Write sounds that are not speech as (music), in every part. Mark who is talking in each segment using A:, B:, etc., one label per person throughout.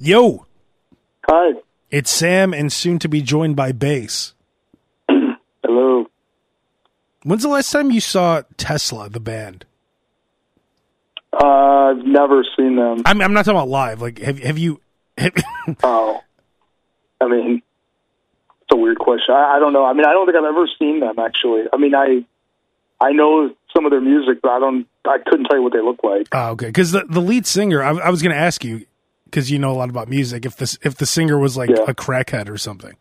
A: Yo,
B: Hi.
A: it's Sam and soon to be joined by Bass.
B: Hello.
A: When's the last time you saw Tesla, the band?
B: Uh, I've never seen them.
A: I'm, I'm not talking about live. Like, have, have you. Have, (laughs)
B: Oh. I mean, it's a weird question. I, I don't know. I mean, I don't think I've ever seen them, actually. I mean, I I know some of their music, but I don't. I couldn't tell you what they look like.
A: oh, okay. Because the, the lead singer, I, I was going to ask you, because you know a lot about music, if, this, if the singer was like
B: Yeah.
A: a crackhead or something.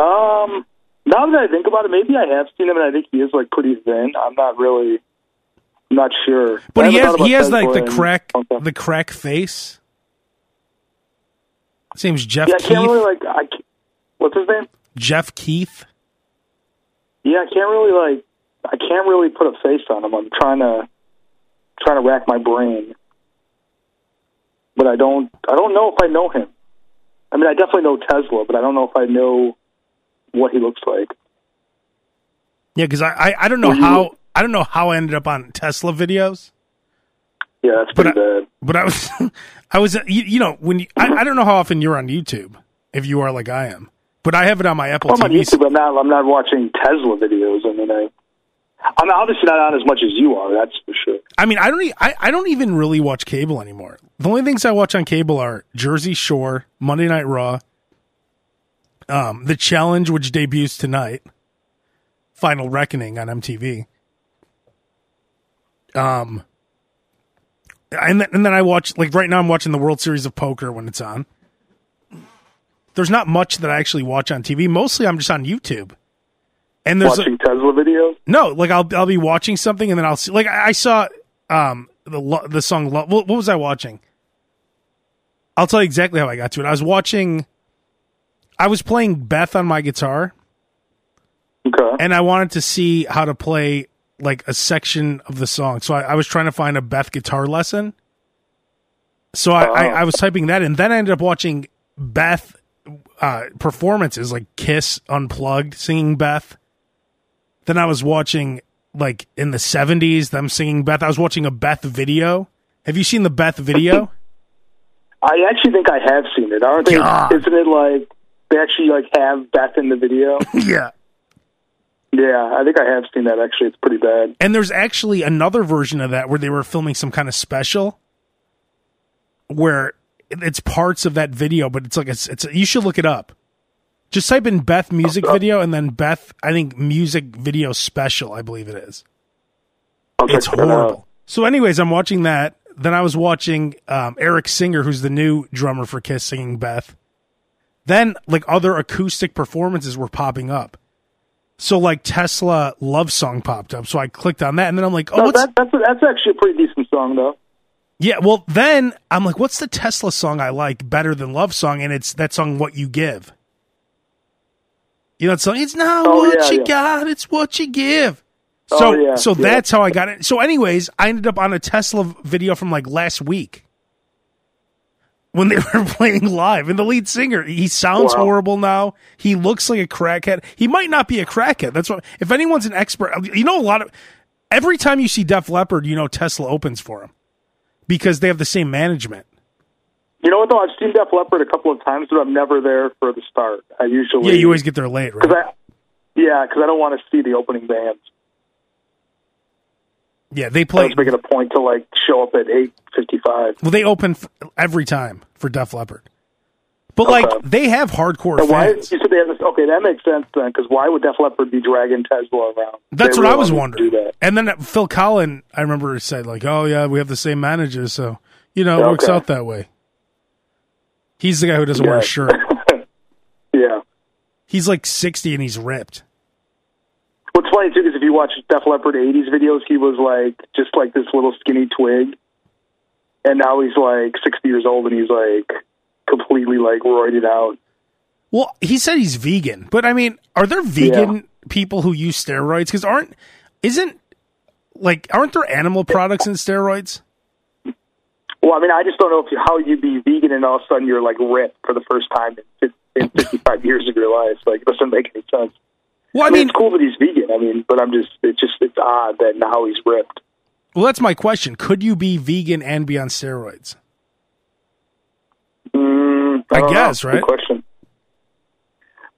B: Um, now that I think about it, maybe I have seen him, and I think he is like pretty thin. I'm not really, I'm not sure. I
A: But he
B: haven't
A: has
B: thought about
A: he has
B: Tesla
A: like the
B: in-
A: crack
B: Okay.
A: the crack face. His name's Jeff
B: yeah, I
A: Keith.
B: can't really like. I can't- what's his name?
A: Jeff Keith.
B: Yeah, I can't really like. I can't really put a face on him. I'm trying to trying to rack my brain, but I don't. I don't know if I know him. I mean, I definitely know Tesla, but I don't know if I know what he looks like.
A: Yeah, because I, I I don't know
B: Well, you-
A: how I don't know how I ended up on Tesla videos,
B: Yeah, that's
A: But
B: pretty bad.
A: but I was (laughs) I was you, you know when you, I I don't know how often you're on YouTube if you are like I am, but I have it on my Apple
B: I'm on
A: TV.
B: YouTube. I'm not. I'm not watching Tesla videos. I mean, I. I'm obviously not on as much as you are. That's for sure.
A: I mean I don't e- I, I don't even really watch cable anymore. The only things I watch on cable are Jersey Shore, Monday Night Raw, um, The Challenge, which debuts tonight, Final Reckoning on MTV. Um, and then, and then I watch like right now I'm watching the World Series of Poker when it's on. There's not much that I actually watch on TV. Mostly I'm just on YouTube. And there's
B: watching Tesla videos.
A: no, like I'll I'll be watching something and then I'll see like I I saw um the lo- the song Lo- what, what was I watching? I'll tell you exactly how I got to it. I was watching I was playing Beth on my guitar
B: Okay.
A: and I wanted to see how to play like a section of the song. So I, I was trying to find a Beth guitar lesson. So I, I,
B: Oh.
A: I was typing that and then I ended up watching Beth uh, performances like Kiss Unplugged singing Beth. Then I was watching like in the seventies them singing Beth. I was watching a Beth video. Have you seen the Beth video?
B: I actually think I have seen it. Aren't they?
A: God.
B: Isn't it like they actually like have Beth in the video?
A: yeah.
B: yeah, I think I have seen that. Actually, it's pretty bad.
A: And there's actually another version of that where they were filming some kind of special where it's parts of that video, but it's like it's, it's you should look it up. Just type in Beth music video and then Beth, I think music video special, I believe it is.
B: I'll
A: It's
B: check that out.
A: horrible. So, anyways, I'm watching that. Then I was watching um, Eric Singer, who's the new drummer for Kiss, singing Beth. Then, like, other acoustic performances were popping up. So, like, Tesla Love Song popped up. So I clicked on that. And then I'm like, oh,
B: No,
A: what's.
B: that, that's that's actually a pretty decent song though.
A: Yeah, well, then I'm like, what's the Tesla song I like better than Love Song? And it's that song, What You Give. You know, that song? It's not
B: Oh,
A: what
B: yeah,
A: you
B: yeah.
A: got, it's what you give.
B: Oh,
A: So,
B: yeah,
A: so
B: yeah.
A: that's how I got it. So, anyways, I ended up on a Tesla video from like last week when they (laughs) were playing live. And the lead singer, he sounds
B: Wow.
A: horrible now. He looks like a crackhead. He might not be a crackhead. That's what, if anyone's an expert, you know, a lot of, every time you see Def Leppard, you know, Tesla opens for him because they have the same management.
B: You know what though? I've seen Def Leppard a couple of times, but I'm never there for the start. I usually
A: Yeah, you always get there late,
B: cause
A: right?
B: I, yeah, because I don't want to see the opening bands.
A: yeah, they
B: I
A: play.
B: was making a point to like show up at eight fifty-five.
A: Well, they open f- every time for Def Leppard, but like
B: Okay.
A: they have hardcore
B: And why you
A: fans.
B: said they have this? Okay, that makes sense then. Because why would Def Leppard be dragging Tesla around?
A: That's
B: They
A: what I
B: really
A: was
B: want
A: wondering.
B: to Do that.
A: And then Phil Collin, I remember said like, "Oh yeah, we have the same manager, so you know it
B: Yeah,
A: works
B: okay.
A: out that way." He's the guy who doesn't wear a
B: Yeah. (laughs)
A: shirt.
B: Yeah.
A: He's like sixty and he's ripped.
B: What's funny too is if you watch Def Leppard '80s videos, he was like just like this little skinny twig, and now he's like 60 years old and he's like completely like roided out.
A: Well, he said he's vegan, but I mean, are there vegan people who use steroids? Because aren't isn't like aren't there animal products in steroids?
B: Well, I mean, I just don't know if you, how you be vegan and all of a sudden you're like ripped for the first time in, fif- in 55 years of your life. Like, it doesn't make any sense.
A: Well, I
B: I mean,
A: mean,
B: it's cool that he's vegan. I mean, but I'm just it's just it's odd that now he's ripped.
A: well, that's my question. Could you be vegan and be on steroids? I, guess,
B: Mm, know.
A: right?
B: Good question.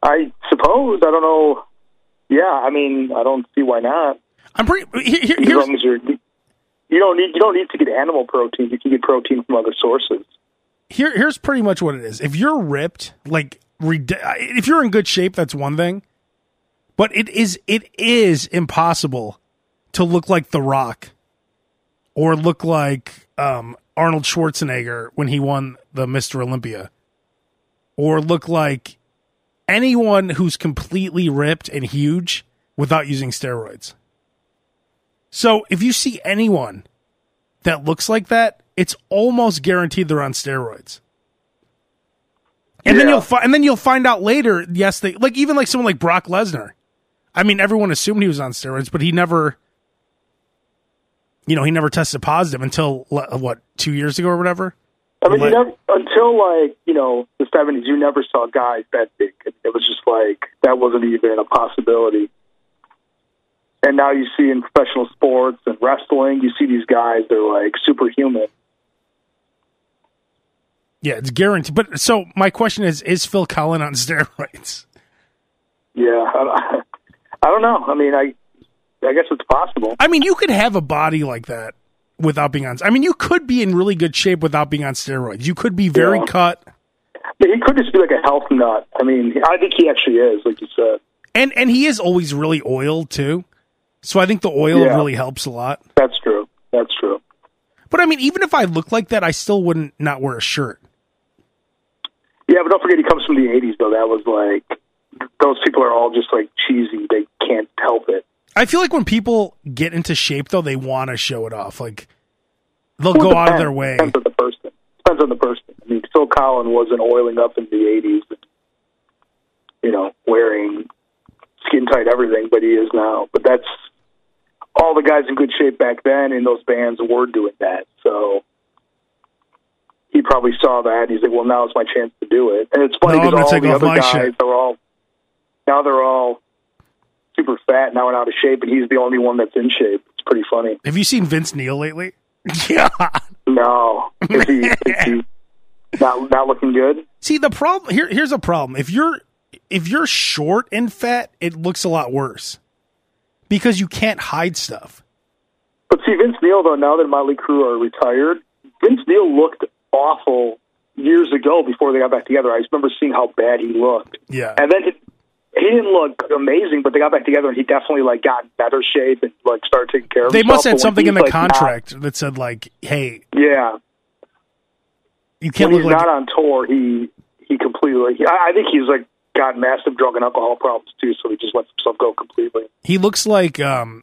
B: I suppose. I don't know. Yeah, I mean, I don't see why not.
A: I'm pretty. Here, here,
B: As
A: here's,
B: long as you're, you don't need you don't need to get animal protein. You can get protein from other sources.
A: here, here's pretty much what it is. If you're ripped, like rid- if you're in good shape, that's one thing. But it is it is impossible to look like The Rock or look like um, Arnold Schwarzenegger when he won the Mr. Olympia, or look like anyone who's completely ripped and huge without using steroids. So if you see anyone that looks like that, it's almost guaranteed they're on steroids. And then
B: Yeah.
A: you'll fi- and then you'll find out later. Yes, they like even like someone like Brock Lesnar. I mean, everyone assumed he was on steroids, but he never, you know, he never tested positive until le- what two years ago or whatever.
B: I mean, you
A: Like-
B: never, until like you know the seventies, you never saw guys that big. It was just like that wasn't even a possibility. And now you see in professional sports and wrestling, you see these guys. They're like superhuman.
A: Yeah, it's guaranteed. But so my question is: Is Phil Collin on (laughs) steroids?
B: Yeah, I, I don't (laughs) know. I mean, I I guess it's possible.
A: I mean, you could have a body like that without being on. I mean, you could be in really good shape without being on steroids. You could be very
B: Yeah.
A: cut,
B: But he could just be like a health nut. I mean, I think he actually is, like you said.
A: and and he is always really oiled too. So I think the oil
B: Yeah.
A: really helps a lot.
B: That's true. That's true.
A: But I mean, even if I look like that, I still wouldn't not wear a shirt.
B: Yeah, but don't forget he comes from the '80s, though. That was like those people are all just like cheesy. They can't help it.
A: I feel like when people get into shape though, they want to show it off. Like they'll
B: Well,
A: go
B: it
A: out of
B: depends.
A: their way.
B: Depends on the person. Depends on the person. I mean, Phil Collin wasn't oiling up in the '80s, you know, wearing skin tight everything, but he is now. But that's all the guys in good shape back then in those bands were doing that. So he probably saw that. He's like, "Well, now's my chance to do it." And it's funny
A: No, I'm gonna
B: because all
A: take
B: the
A: off
B: other
A: my
B: guys
A: shirt.
B: are all now they're all super fat now and out of shape, and he's the only one that's in shape. It's pretty funny.
A: Have you seen Vince Neil lately? (laughs) Yeah.
B: No, is he, is
A: (laughs)
B: he not not looking good?
A: See the problem here here's a problem. If you're if you're short and fat, it looks a lot worse. Because you can't hide stuff.
B: But see, Vince Neil though, now that Motley Crue are retired, Vince Neil looked awful years ago before they got back together. I just remember seeing how bad he looked,
A: Yeah.
B: and then he, he didn't look amazing. But they got back together, and he definitely like got in better shape and like started taking care of.
A: They
B: himself.
A: must have
B: But when
A: something in the
B: he's, like,
A: contract that said like, "Hey,
B: not- yeah,
A: you can't
B: when he's
A: look like
B: not on tour, he he completely. he- I I think he's like got massive drug and alcohol problems too, so he just lets himself go completely.
A: he looks like um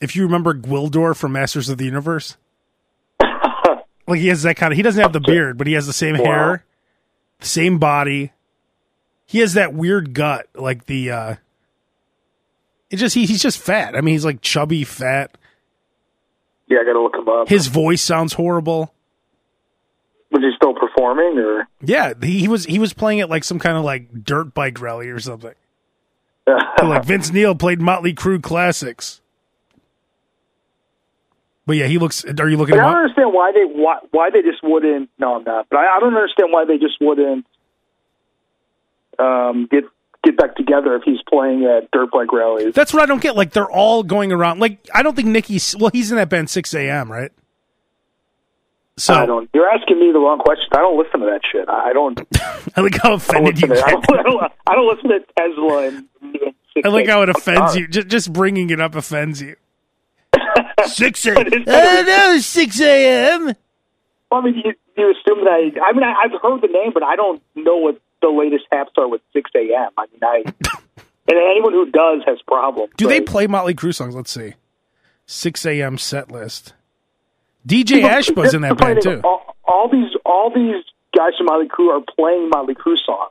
A: if you remember Gwildor from Masters of
B: (laughs)
A: the Universe. like he has that kind of he doesn't have the beard, but he has the same
B: Wow.
A: hair, the same body. He has that weird gut, like the uh it just he, he's just fat. I mean he's like chubby fat.
B: Yeah, I got to look him up.
A: His voice sounds horrible.
B: Was he still performing or? (laughs)
A: Yeah, he, he was he was playing at like some kind of like dirt bike rally or something. like Vince Neil played Motley Crue classics. But yeah, he looks. Are you looking?
B: But
A: him
B: I don't
A: up?
B: understand why they why, why they just wouldn't. No, I'm not. But I, I don't understand why they just wouldn't um, get get back together if he's playing at dirt bike rallies.
A: That's what I don't get. Like they're all going around. Like I don't think Nicky's. Well, he's in that band Six A.M. Right. So
B: I don't. You're asking me the wrong question. I don't listen to that shit. I I don't.
A: I like
B: I
A: how
B: don't
A: offended you
B: listen, to, I,
A: get.
B: don't, I, don't, I don't listen to Tesla. And,
A: I like how it
B: I'm
A: offends
B: sorry.
A: you. Just just bringing it up
B: (laughs)
A: offends you. Six a.m.
B: But it's-
A: no, six a.m.
B: I mean, you, you assume that. I, I mean, I, I've heard the name, but I don't know what the latest apps are with 6 a.m. I mean,
A: (laughs)
B: I. And anyone who does has problems.
A: Do they
B: right?
A: play Motley Crue songs? Let's see. Six a.m. set list. DJ Ashba's in that
B: That's the
A: band
B: funny
A: too.
B: thing. All, all these, all these guys from Motley Crue are playing Motley Crue songs.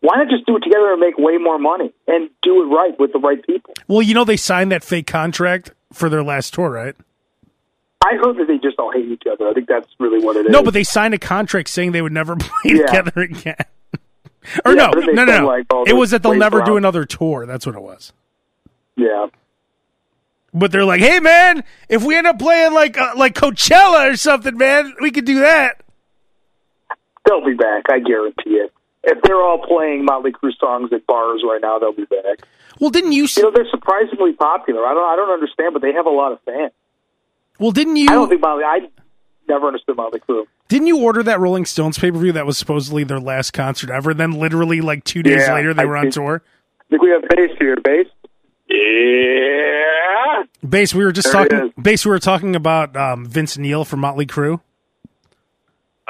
B: Why not just do it together and make way more money and do it right with the right people?
A: Well, you know they signed that fake contract for their last tour, right?
B: I heard that they just all hate each other. I think that's really what it is.
A: No, but they signed a contract saying they would never (laughs) play
B: Yeah.
A: together again. or
B: Yeah,
A: no,
B: but they
A: no, no,
B: said,
A: no.
B: like, oh,
A: it was that they'll
B: wait
A: never
B: for
A: do
B: us.
A: another tour. That's what it was.
B: yeah,
A: But they're like, hey man, if we end up playing like uh, like Coachella or something, man, we could do that.
B: They'll be back. I guarantee it. If they're all playing Motley Crue songs at bars right now, they'll be back.
A: Well, didn't you?
B: You know, they're surprisingly popular. I don't. I don't understand, but they have a lot of fans.
A: Well, didn't you?
B: I don't think Motley. I never understood Motley Crue.
A: Didn't you order that Rolling Stones pay per view that was supposedly their last concert ever? Then literally like two days
B: Yeah,
A: later, they
B: I
A: were on
B: think-
A: tour.
B: I think we have bass here. Bass. Yeah.
A: Base, we were just
B: There it
A: talking. Base, we were talking about um, Vince Neil from Motley Crue.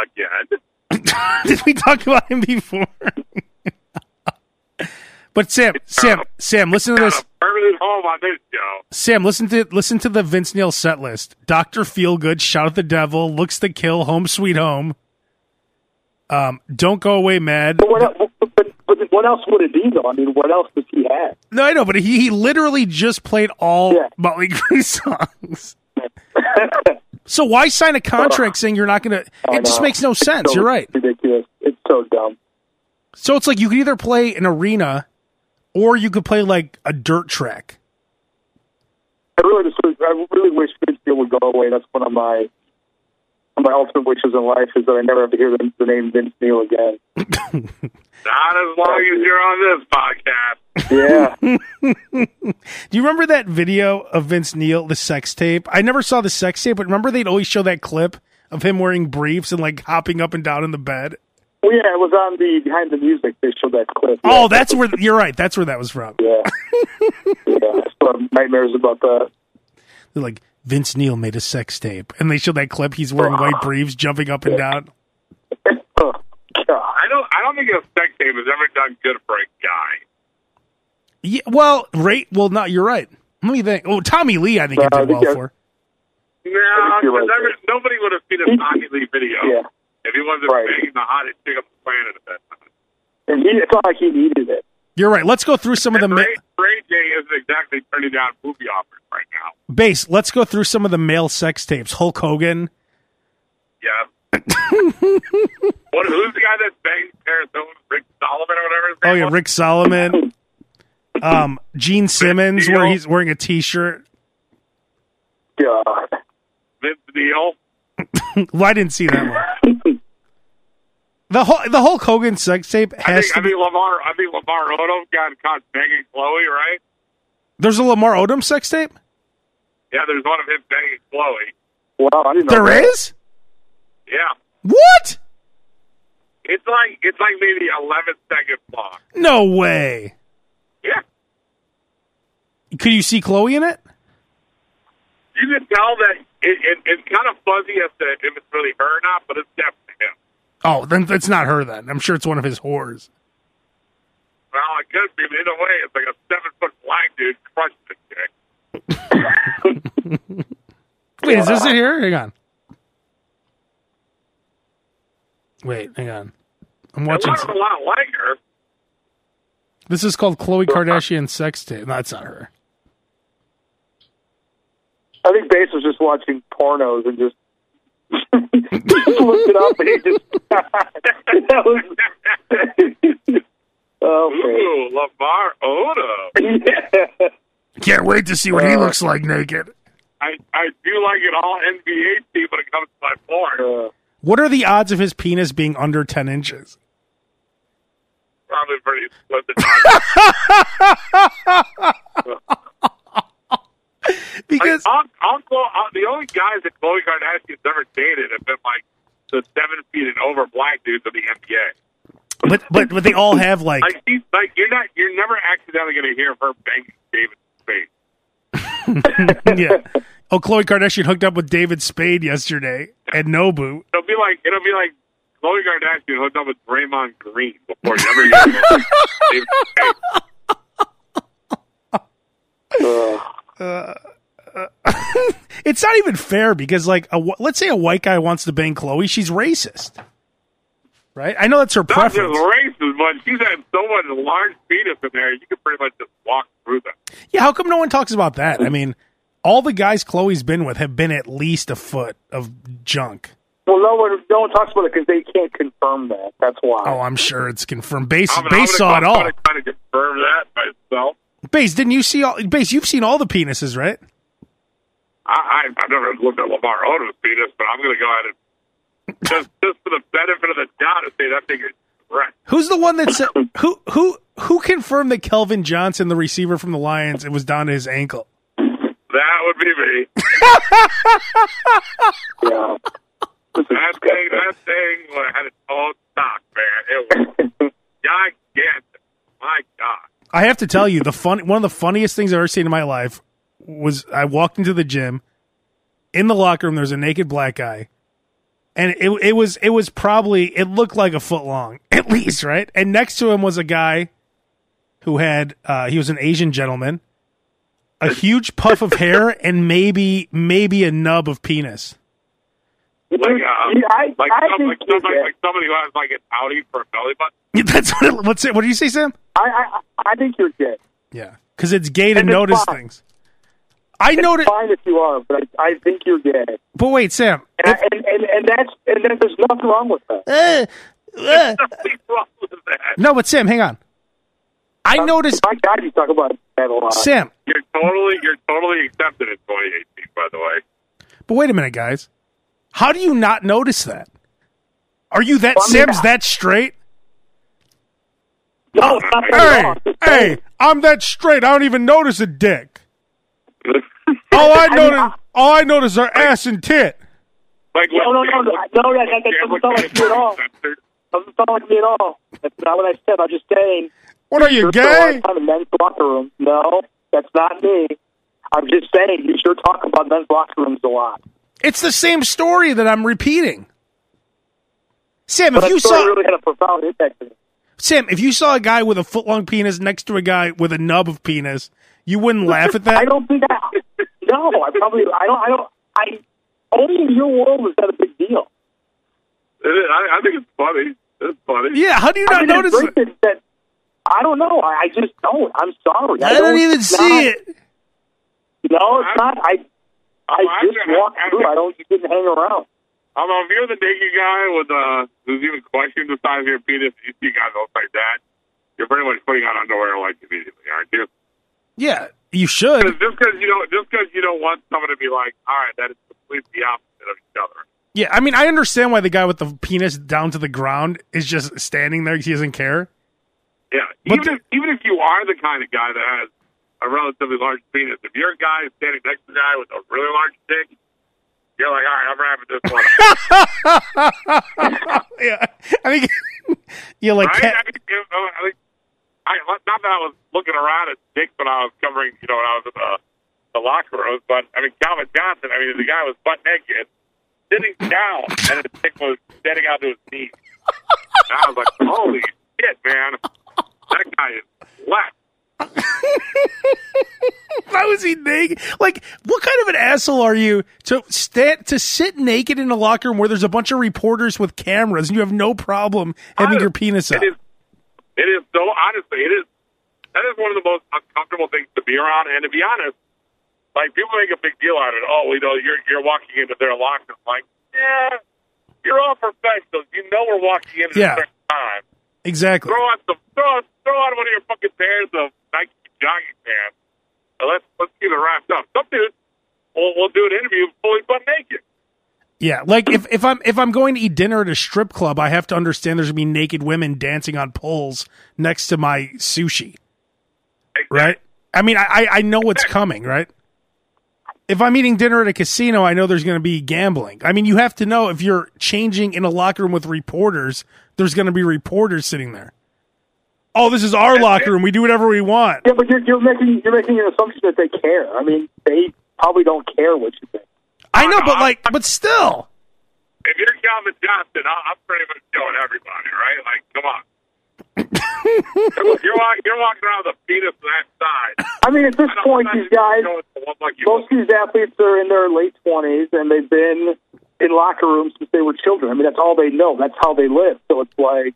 C: Again.
A: (laughs) Did we talk about him before? (laughs) but Sam, Sam, Sam, listen to
C: Got
A: this.
C: a permanent home on this show.
A: Sam, listen to listen to the Vince Neil set list. Doctor Feelgood, Shout at the Devil, Looks to Kill, Home Sweet Home. Um, don't go away, mad.
B: But what? el- But, but what else would it be though? I mean, what else does he have?
A: No, I know, but he, he literally just played all
B: Yeah.
A: Motley (laughs)
B: (laughs)
A: Crue songs. so why sign a contract saying you're not going to?
B: Uh, I
A: It just
B: know.
A: makes no
B: uh, It's
A: sense.
B: so
A: You're right.
B: Ridiculous. It's so dumb.
A: So it's like you could either play an arena, or you could play like a dirt track.
B: I really just. wish- I really wish Vincegill would go away. That's one of my. one of My ultimate wishes in life is that I never have to hear the, the name Vince Neil again.
C: Not as long as you're on this podcast.
A: (laughs)
B: Yeah,
A: Do you remember that video of Vince Neil, the sex tape? I never saw the sex tape, but remember they'd always show that clip of him wearing briefs and like hopping up and down in the bed.
B: well, yeah, it was on the behind the music. They showed that clip.
A: Oh, that's where you're right. That's where that was from.
B: (laughs) Yeah. yeah. I still have nightmares about that. (laughs)
A: They're like Vince Neil made a sex tape, and they show that clip. He's wearing white briefs, jumping up and down.
B: oh, God.
C: I don't. I don't think a sex tape has ever done good for a guy.
A: Yeah, well, right. Well, no, you're right. Let me think. Oh, Tommy Lee, I think it
B: No, I
A: did
B: think
A: well
B: I-
A: for.
C: No,
B: You're right.
C: 'cause every- nobody would have seen a Tommy Lee video
B: Yeah.
C: if he wasn't
B: Right.
C: banging the hottest chick on the planet at that time.
B: And he, it's not like he needed it.
A: You're right. Let's go through some of the
C: And
A: ma-
C: Ray, Ray J isn't exactly turning down movie offers right now.
A: base. Let's go through some of the male sex tapes. Hulk Hogan. (laughs)
C: Yeah. what? Who's the guy that banged Paris Hilton, Rick Solomon or whatever? His name
A: Oh yeah,
C: was?
A: Rick Solomon. Um, Gene Simmons, where he's wearing a T-shirt.
B: God.
C: Vince Neil.
A: Well, I didn't see that one. The Hul- the Hulk Hogan sex tape
C: I
A: has
C: think,
A: to
C: I
A: be.
C: think Lamar. I think Lamar Odom got caught banging Chloe, right?
A: There's a Lamar Odom sex tape.
C: Yeah, there's one of him banging Chloe.
B: Wow, I didn't know
A: There
B: that.
A: is
C: Yeah.
A: what?
C: It's like it's like maybe eleven seconds long.
A: No way.
C: Yeah.
A: Could you see Chloe in it?
C: You can tell that it, it, it's kind of fuzzy as to if it's really her or not, but it's definitely him.
A: Oh, then it's not her. Then I'm sure it's one of his whores.
C: Well, it could be. But in a way, it's like a seven foot black dude crushed the chick.
A: Wait, is this it here? Hang on. Wait, hang on. I'm
C: It
A: watching.
C: looks a lot like her.
A: This is called Chloe Kardashian sex tape. No, that's not her.
B: I think Bass was just watching pornos and just, (laughs) just looked it up and he just. (laughs) that (laughs) was. okay.
C: Ooh, Lamar Odom.
B: Yeah.
A: Can't wait to see what
C: Uh,
A: he looks like naked.
C: I I do like it all NBA team when it comes to my porn.
B: Uh,
A: What are the odds of his penis being under 10 inches?
C: Probably pretty split the time. like,
A: Because
C: I'll, I'll go, I'll, uh, the only guys that Khloe Kardashian's ever dated have been like the seven feet and over black dudes in the NBA.
A: but, but but they all have like
C: Like she's like you're not you're never accidentally gonna hear her banging David's face.
A: yeah. Oh, Chloe Kardashian hooked up with David Spade yesterday at Nobu.
C: It'll be like it'll be like Khloe Kardashian hooked up with Draymond Green before you ever hear
A: (laughs)
C: her banging David's face.
A: It's not even fair because like a, wh- let's say a white guy wants to bang Chloe, she's racist. Right? I know that's her
C: Not just
A: preference.
C: racist, but she's had so much large penis in there you could pretty much just walk through them.
A: Yeah, how come no one talks about that? I mean, all the guys Chloe's been with have been at least a foot of junk.
B: well, no one, no one talks about it because they can't confirm that. That's why.
A: Oh, I'm sure it's confirmed. Base,
C: I'm,
A: base saw
C: I'm
A: it all.
C: gonna Kind of confirm that myself.
A: Base, didn't you see all? Base, you've seen all the penises, right?
C: I, I I've never looked at Lamar Odom's penis, but I'm gonna go ahead and just, just for the benefit of the doubt, to say that thing is correct.
A: Who's the one that
C: (laughs)
A: said who who who confirmed that Kelvin Johnson, the receiver from the Lions, it was down to his ankle?
C: That would be me.
B: Yeah. This is
C: That thing, that thing had its own stock, man. It
B: (laughs)
C: was gigantic. My God.
A: I have to tell you, the fun one of the funniest things I've ever seen in my life was I walked into the gym. In the locker room, there was a naked black guy, and it it was it was probably it looked like a foot long (laughs) at least, right? And next to him was a guy who had uh, he was an Asian gentleman, a huge puff of hair, and maybe maybe a nub of penis. (laughs)
C: Like, uh,
B: Yeah, I-
C: like,
B: I
C: some,
B: can
C: like,
B: see
C: somebody,
B: that.
C: like somebody who has like an outie for a belly button. (laughs)
A: That's what it, what's it. What do you say, Sam?
B: I, I I think you're gay.
A: Yeah, because it's gay to
B: And it's
A: notice
B: fine.
A: things. I noticed,
B: Fine if you are, but I, I think you're gay. And,
A: but
B: (laughs)
A: wait, Sam.
B: I, and, and and that's and then there's nothing wrong with that.
A: if- uh, uh,
C: Nothing wrong with that.
A: No, but Sam, hang on. I noticed,
B: My God, you talk about that a lot.
A: Sam.
C: You're totally, you're totally accepted in 2018. By the way,
A: But wait a minute, guys. How do you not notice that? Are you that
B: Well, I mean,
A: Sam's
B: I-
A: that straight?
B: no, it's not that
A: Hey,
B: wrong. It's
A: hey, I'm that straight. I don't even notice
B: (laughs)
A: a dick.
C: like
A: All I
B: mean,
A: notice,
B: I-
A: all I notice are ass and tit.
B: No, no, no, no, no, that- that doesn't sound like you at all.
C: Censored.
B: Doesn't sound like me at all. That's not what I said. I'm just saying.
A: What are you
B: You're a lot
A: gay?
B: of time in men's locker room. No, that's not me. I'm just saying you sure talk about men's locker rooms a lot.
A: It's the same story that I'm repeating. Sam,
B: But
A: if you
B: that story
A: saw
B: really had a profound impact. on me.
A: Sam, if you saw a guy with a footlong penis next to a guy with a nub of penis, you wouldn't laugh at
B: I
A: that.
B: don't think I. No, I probably. I don't. I don't. I only in your world was that a big deal.
C: It is- I, I think it's funny. It's funny.
A: Yeah, how do you
B: I
A: not
B: didn't
A: notice
B: think
A: it?
B: that, that. I don't know. I, I just don't. I'm sorry.
A: I don't even
B: it's
A: see
B: not-
A: it.
B: No, it's
C: I'm-
B: not. I. I
C: Well, I'm
B: just
C: gonna-
B: walk
C: I'm
B: through.
C: gonna-
B: I don't didn't hang around.
C: Um, if you're the naked guy with uh, who's even questioning the size of your penis, you see guys all like that. You're pretty much putting on underwear like immediately, aren't you?
A: Yeah, you should.
C: 'Cause just because you don't, just because you don't want someone to be like, all right, that is completely opposite of each other.
A: Yeah, I mean, I understand why the guy with the penis down to the ground is just standing there. He doesn't care.
C: Yeah,
A: But
C: even if even if you are the kind of guy that has a relatively large penis, if you're a guy standing next to a guy with a really large dick, you're like, all right, I'm wrapping this one. up.
A: Yeah, (laughs) I think (laughs) you're like,
C: Right?
A: "Cat- (laughs)
C: I mean, if- I mean, I, not that I was looking around at Dick when I was covering, you know, when I was in the, the locker room, but I mean, Calvin Johnson, I mean, the guy was butt naked, sitting down, and his dick was standing out to his knees. And I was like, holy shit, man. That guy is left.
A: how is he naked? Like, what kind of an asshole are you to stand to sit naked in a locker room where there's a bunch of reporters with cameras and you have no problem having
C: Honest-
A: your penis out?
C: It is, it is so honestly, it is that is one of the most uncomfortable things to be around. And to be honest, like people make a big deal out of it. Oh, you know, you're you're walking into their locker. I'm Like, yeah, you're all professionals. You know, we're walking in at
A: Yeah.
C: a certain time.
A: Exactly.
C: Throw on some, throw on, throw on one of your fucking pairs of Nike jogging pants. And let's let's get it wrapped up. Some dudes will will do an interview fully butt naked.
A: Yeah, like if, if I'm if I'm going to eat dinner at a strip club, I have to understand there's gonna be naked women dancing on poles next to my sushi, right? I mean, I I- I know what's coming, right? If I'm eating dinner at a casino, I know there's gonna be gambling. I mean, you have to know if you're changing in a locker room with reporters, there's gonna be reporters sitting there. Oh, this is our locker room. We do whatever we want.
B: Yeah, but you're, you're making you're making an assumption that they care. I mean, they probably don't care what you think.
A: I know, but like, but still,
C: if you're Calvin Johnson, I- I'm pretty much showing everybody, right? Like, come
B: (laughs)
C: on. you're, walk, you're walking around with a penis on that side.
B: I mean, at this
C: I don't-
B: point,
C: I'm not
B: these guys,
C: showing the one like you.
B: most of these athletes are in their late twenties, and they've been in locker rooms since they were children. I mean, that's all they know. That's how they live. So it's like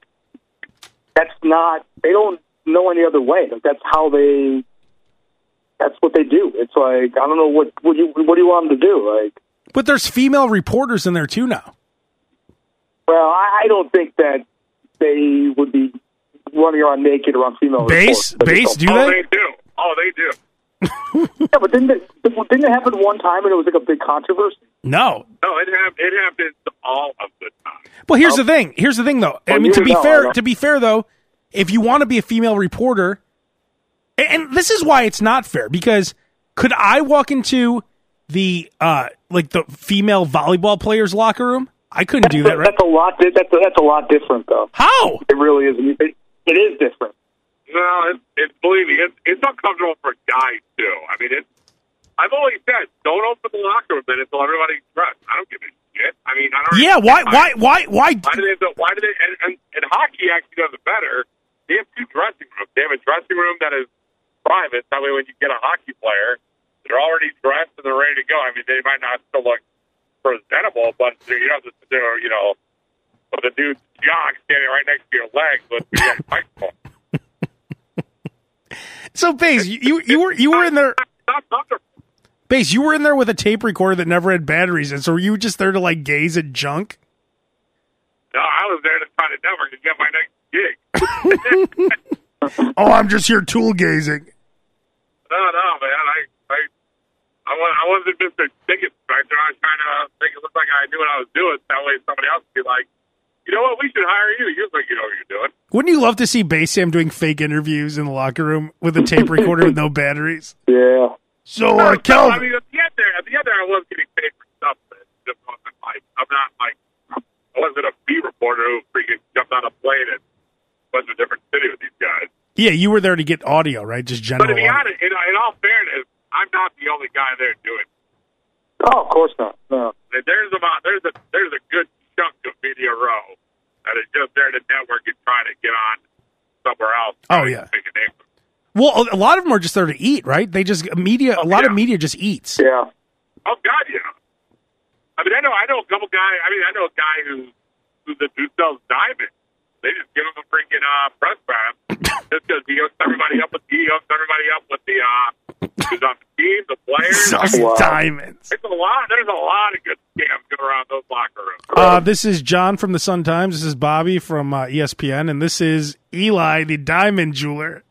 B: that's not. They don't know any other way. Like, that's how they. That's what they do. It's like I don't know what what you what do you want them to do. Like,
A: but there's female reporters in there too now.
B: well, I, I don't think that they would be running around naked around female.
A: Base,
B: reporters. But it's
A: base,
B: all-
A: do
C: oh,
A: they?
C: they do. Oh, they do.
B: yeah, but didn't it, didn't it happen one time and it was like a big controversy?
A: No.
C: No, it happened. It happened all of the time.
A: Well, here's the thing. Here's the thing, though. I
B: Well,
A: mean,
B: you
A: to be
B: know, I
A: fair,
B: don't-
A: to be fair, though, if you want to be a female reporter, a- and this is why it's not fair because could I walk into the uh like the female volleyball players locker room? I couldn't do that, right?
B: That's a lot. di- That's a, that's a lot different, though.
A: How?
B: It really is. It, it is different.
C: No, it's, it's believe me, it's, it's uncomfortable for guys too. I mean, it's. I've always said, don't open the locker room then until everybody's dressed. I don't give a shit. I mean, I don't.
A: Yeah, why why why why
C: Why do they? Why do they? And, and, and hockey actually does it better. They have two dressing rooms. They have a dressing room that is private. That way, when you get a hockey player, they're already dressed and they're ready to go. I mean, they might not still look presentable, but they're- you don't have to sit there, you know, with a dude's jock standing right next to your legs with (laughs) a microphone.
A: So Baze, you, you you were you were in there
C: Not comfortable.
A: Baze, you were in there with a tape recorder that never had batteries and so were you just there to like gaze at junk?
C: No, I was there to try to network to get my next gig.
A: Oh, I'm just here tool gazing.
C: No, no, man. I, I, I, wa- I wasn't just a ticket inspector. I was trying to make it look like I knew what I was doing. That way, somebody else would be like, you know what? We should hire you. You're like, you know what you're doing.
A: Wouldn't you love to see Bass Sam doing fake interviews in the locker room with a tape recorder with no batteries?
B: Yeah.
A: So,
C: No,
A: uh,
C: no, I
A: Kelvin,
C: mean, at the end there, at the end there, I was getting paid for stuff. But it just wasn't like I'm not like I wasn't a beat reporter who freaking jumped on a plane and went to a different city with these guys.
A: yeah, you were there to get audio, right? Just general.
C: But to be
A: audio.
C: honest, in, in all fairness, I'm not the only guy there doing. it.
B: Oh, of course not. No.
C: that there's about there's a there's a good chunk of media row that is just there to network and try to get on somewhere else.
A: Oh, yeah.
C: Make a name.
A: Well, a lot of them are just there to eat, right? They just media. A lot of
C: yeah.
A: media just eats.
B: Yeah.
C: Oh God, yeah. I mean, I know I know a couple guy. I mean, I know a guy who who, the, who sells diamonds. They just give him a freaking uh, press pass just because he hooks everybody up with he hooks everybody up with the uh, who's on the team, the players.
A: Sucks
B: Wow.
A: diamonds.
C: There's a lot. There's a lot of good scams going around those locker rooms.
A: Uh, this is John from the Sun Times. This is Bobby from uh, ESPN, and this is Eli, the diamond jeweler.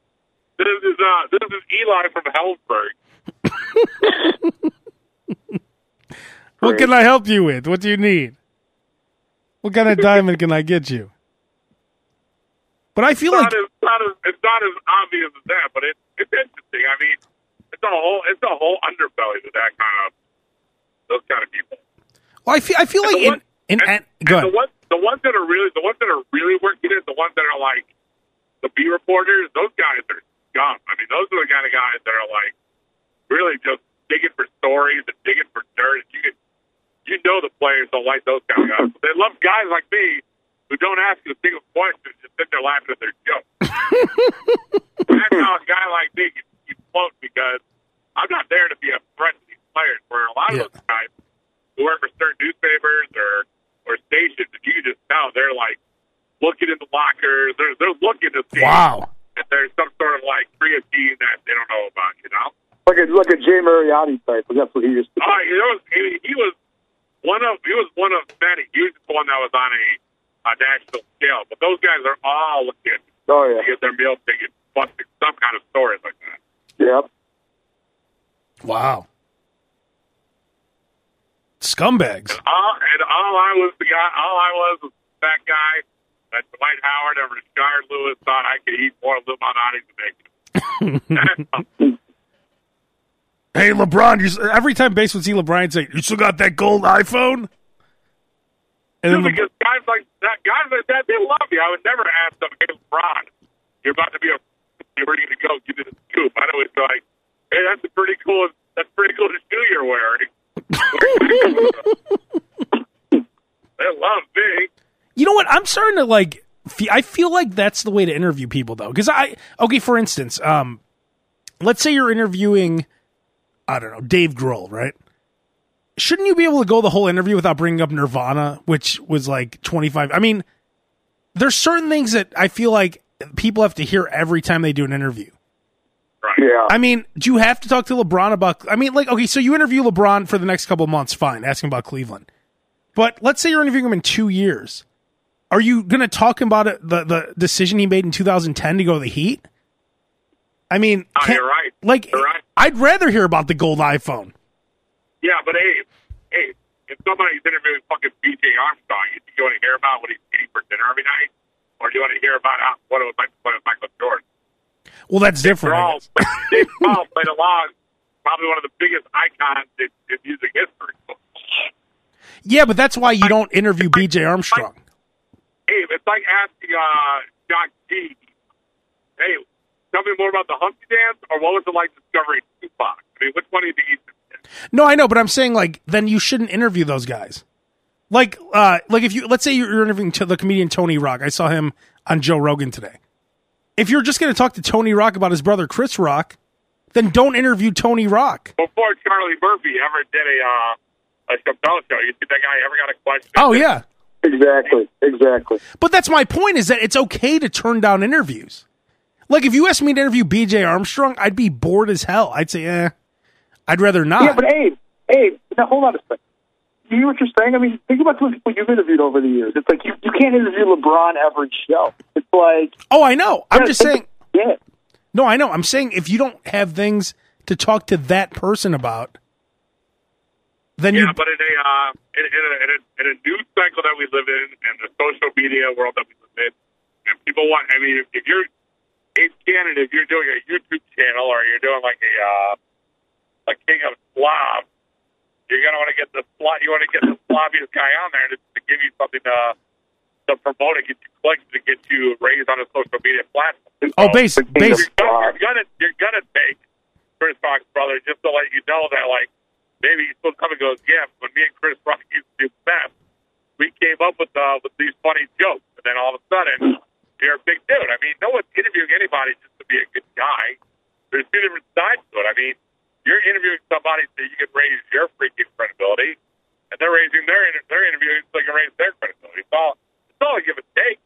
C: This is uh, this is Eli from Hellsburg.
A: What can I help you with? What do you need? What kind of diamond can I get you? But I feel like
C: not as not as it's not as obvious as that, but it's it's interesting. I mean, it's a whole it's a whole underbelly to that kind of those kind of people.
A: well, I feel I feel like in,
C: the one-
A: in,
C: and-
A: and, go ahead.
C: And the ones the ones that are really the ones that are really working it, the ones that are like the B reporters, those guys are scum. I mean, those are the kind of guys that are like really just digging for stories and digging for dirt. You can you know the players don't like those kind of guys. But they love guys like me who don't ask a single question, just sit there laughing at their jokes. That's how a guy like me can keep float because I'm not there to be a threat to these players. Where a lot of
A: Yeah.
C: those guys who work for certain newspapers or or stations, you can just tell they're like looking in the lockers. They're they're looking to see
A: Wow.
C: if there's some sort of like creatine that they don't know about. You know.
B: Like a like a Jay Mariotti type. That's what he used to.
C: Oh, he was he, he was one of he was one of many. He was the one that was on a, a national scale. But those guys are all looking
B: Oh
C: to
B: yeah.
C: get their meal ticket, busting some kind of stories like that.
B: Yep.
A: Wow. Scumbags.
C: All and all I was the guy. All I was was that guy that Dwight Howard and Richard Lewis thought I could eat more limonade than they could.
A: Hey, LeBron, you, s- every time Base would see LeBron, he'd say, You still got that gold iPhone? And then
C: Dude,
A: Le-
C: because guys like that, guys like that, they love you. I would never ask them, "Hey, LeBron, you're about to be a, (laughs) you're ready to go, give me the scoop." I'd always be like, "Hey, that's a pretty cool, that's pretty cool shoe you're wearing." (laughs) they love me.
A: you know what? I'm starting to like, fe- I feel like that's the way to interview people, though. Because I, okay, for instance, um, let's say you're interviewing, I don't know, Dave Grohl, right? Shouldn't you be able to go the whole interview without bringing up Nirvana, which was like 25? I mean, there's certain things that I feel like people have to hear every time they do an interview.
C: Right.
B: Yeah.
A: I mean, do you have to talk to LeBron about? I mean, like, okay, so you interview LeBron for the next couple of months, fine. Ask him about Cleveland, but let's say you're interviewing him in two years. Are you going to talk about it, the the decision he made in 2010 to go to the Heat? I mean,
C: Oh,
A: can't-
C: you're right.
A: Like,
C: You're right.
A: I'd rather hear about the gold iPhone.
C: Yeah, but hey, hey, if somebody's interviewing fucking BJ Armstrong, you, you want to hear about what he's eating for dinner every night, or do you want to hear about how, what it was like to play with Michael Jordan?
A: Well, that's different. I
C: Paul,
A: guess.
C: (laughs) Dave Paul played along, probably one of the biggest icons in, in music history.
A: Yeah, but that's why you don't interview B.J. Armstrong.
C: Hey, it's like asking uh, Doc G, hey, tell me more about the Humpty Dance, or what was it like discovering Tupac? I mean, which one do you think he's
A: No, I know, but I'm saying like then you shouldn't interview those guys. Like, uh, like if you let's say you're interviewing to the comedian Tony Rock. I saw him on Joe Rogan today. If you're just going to talk to Tony Rock about his brother Chris Rock, then don't interview Tony Rock.
C: Before Charlie Murphy ever did a, uh, a Chappelle show, you think that guy ever got a question?
B: (laughs)
A: Oh yeah,
B: Exactly. Exactly.
A: but that's my point is that it's okay to turn down interviews. Like if you asked me to interview B.J. Armstrong, I'd be bored as hell. I'd say, eh, I'd rather not.
B: Yeah, but Abe, Abe, now hold on a second. You hear what you're saying? I mean, think about the people you've interviewed over the years. It's like you, you can't interview LeBron every show. It's like
A: oh, I know. I'm just saying.
B: yeah,
A: No, I know. I'm saying if you don't have things to talk to that person about, then
C: Yeah,
A: you.
C: but in a, uh, in, in, a, in, a, in a news cycle that we live in and the social media world that we live in, and people want, I mean, if, if you're in Canada, if you're doing a YouTube channel or you're doing like a, uh, a King of Slob, you're going to want to get the slot, you want to get the slobbiest guy on there to, to give you something to, to promote and get you clicks to get you raised on a social media platform.
A: oh,
C: So-
A: base,
C: you're
A: base.
C: gonna, you're gonna you're gonna take Chris Rock's brother just to let you know that like maybe he still come and goes, Yeah, when me and Chris Rock used to do meth, we came up with uh with these funny jokes and then all of a sudden you're a big dude. I mean, no one's interviewing anybody just to be a good guy. There's two different sides to it. I mean, you're interviewing somebody so you can raise your freaking credibility and they're raising their inter- they're interviewing so they can raise their credibility. It's all it's all a give and take.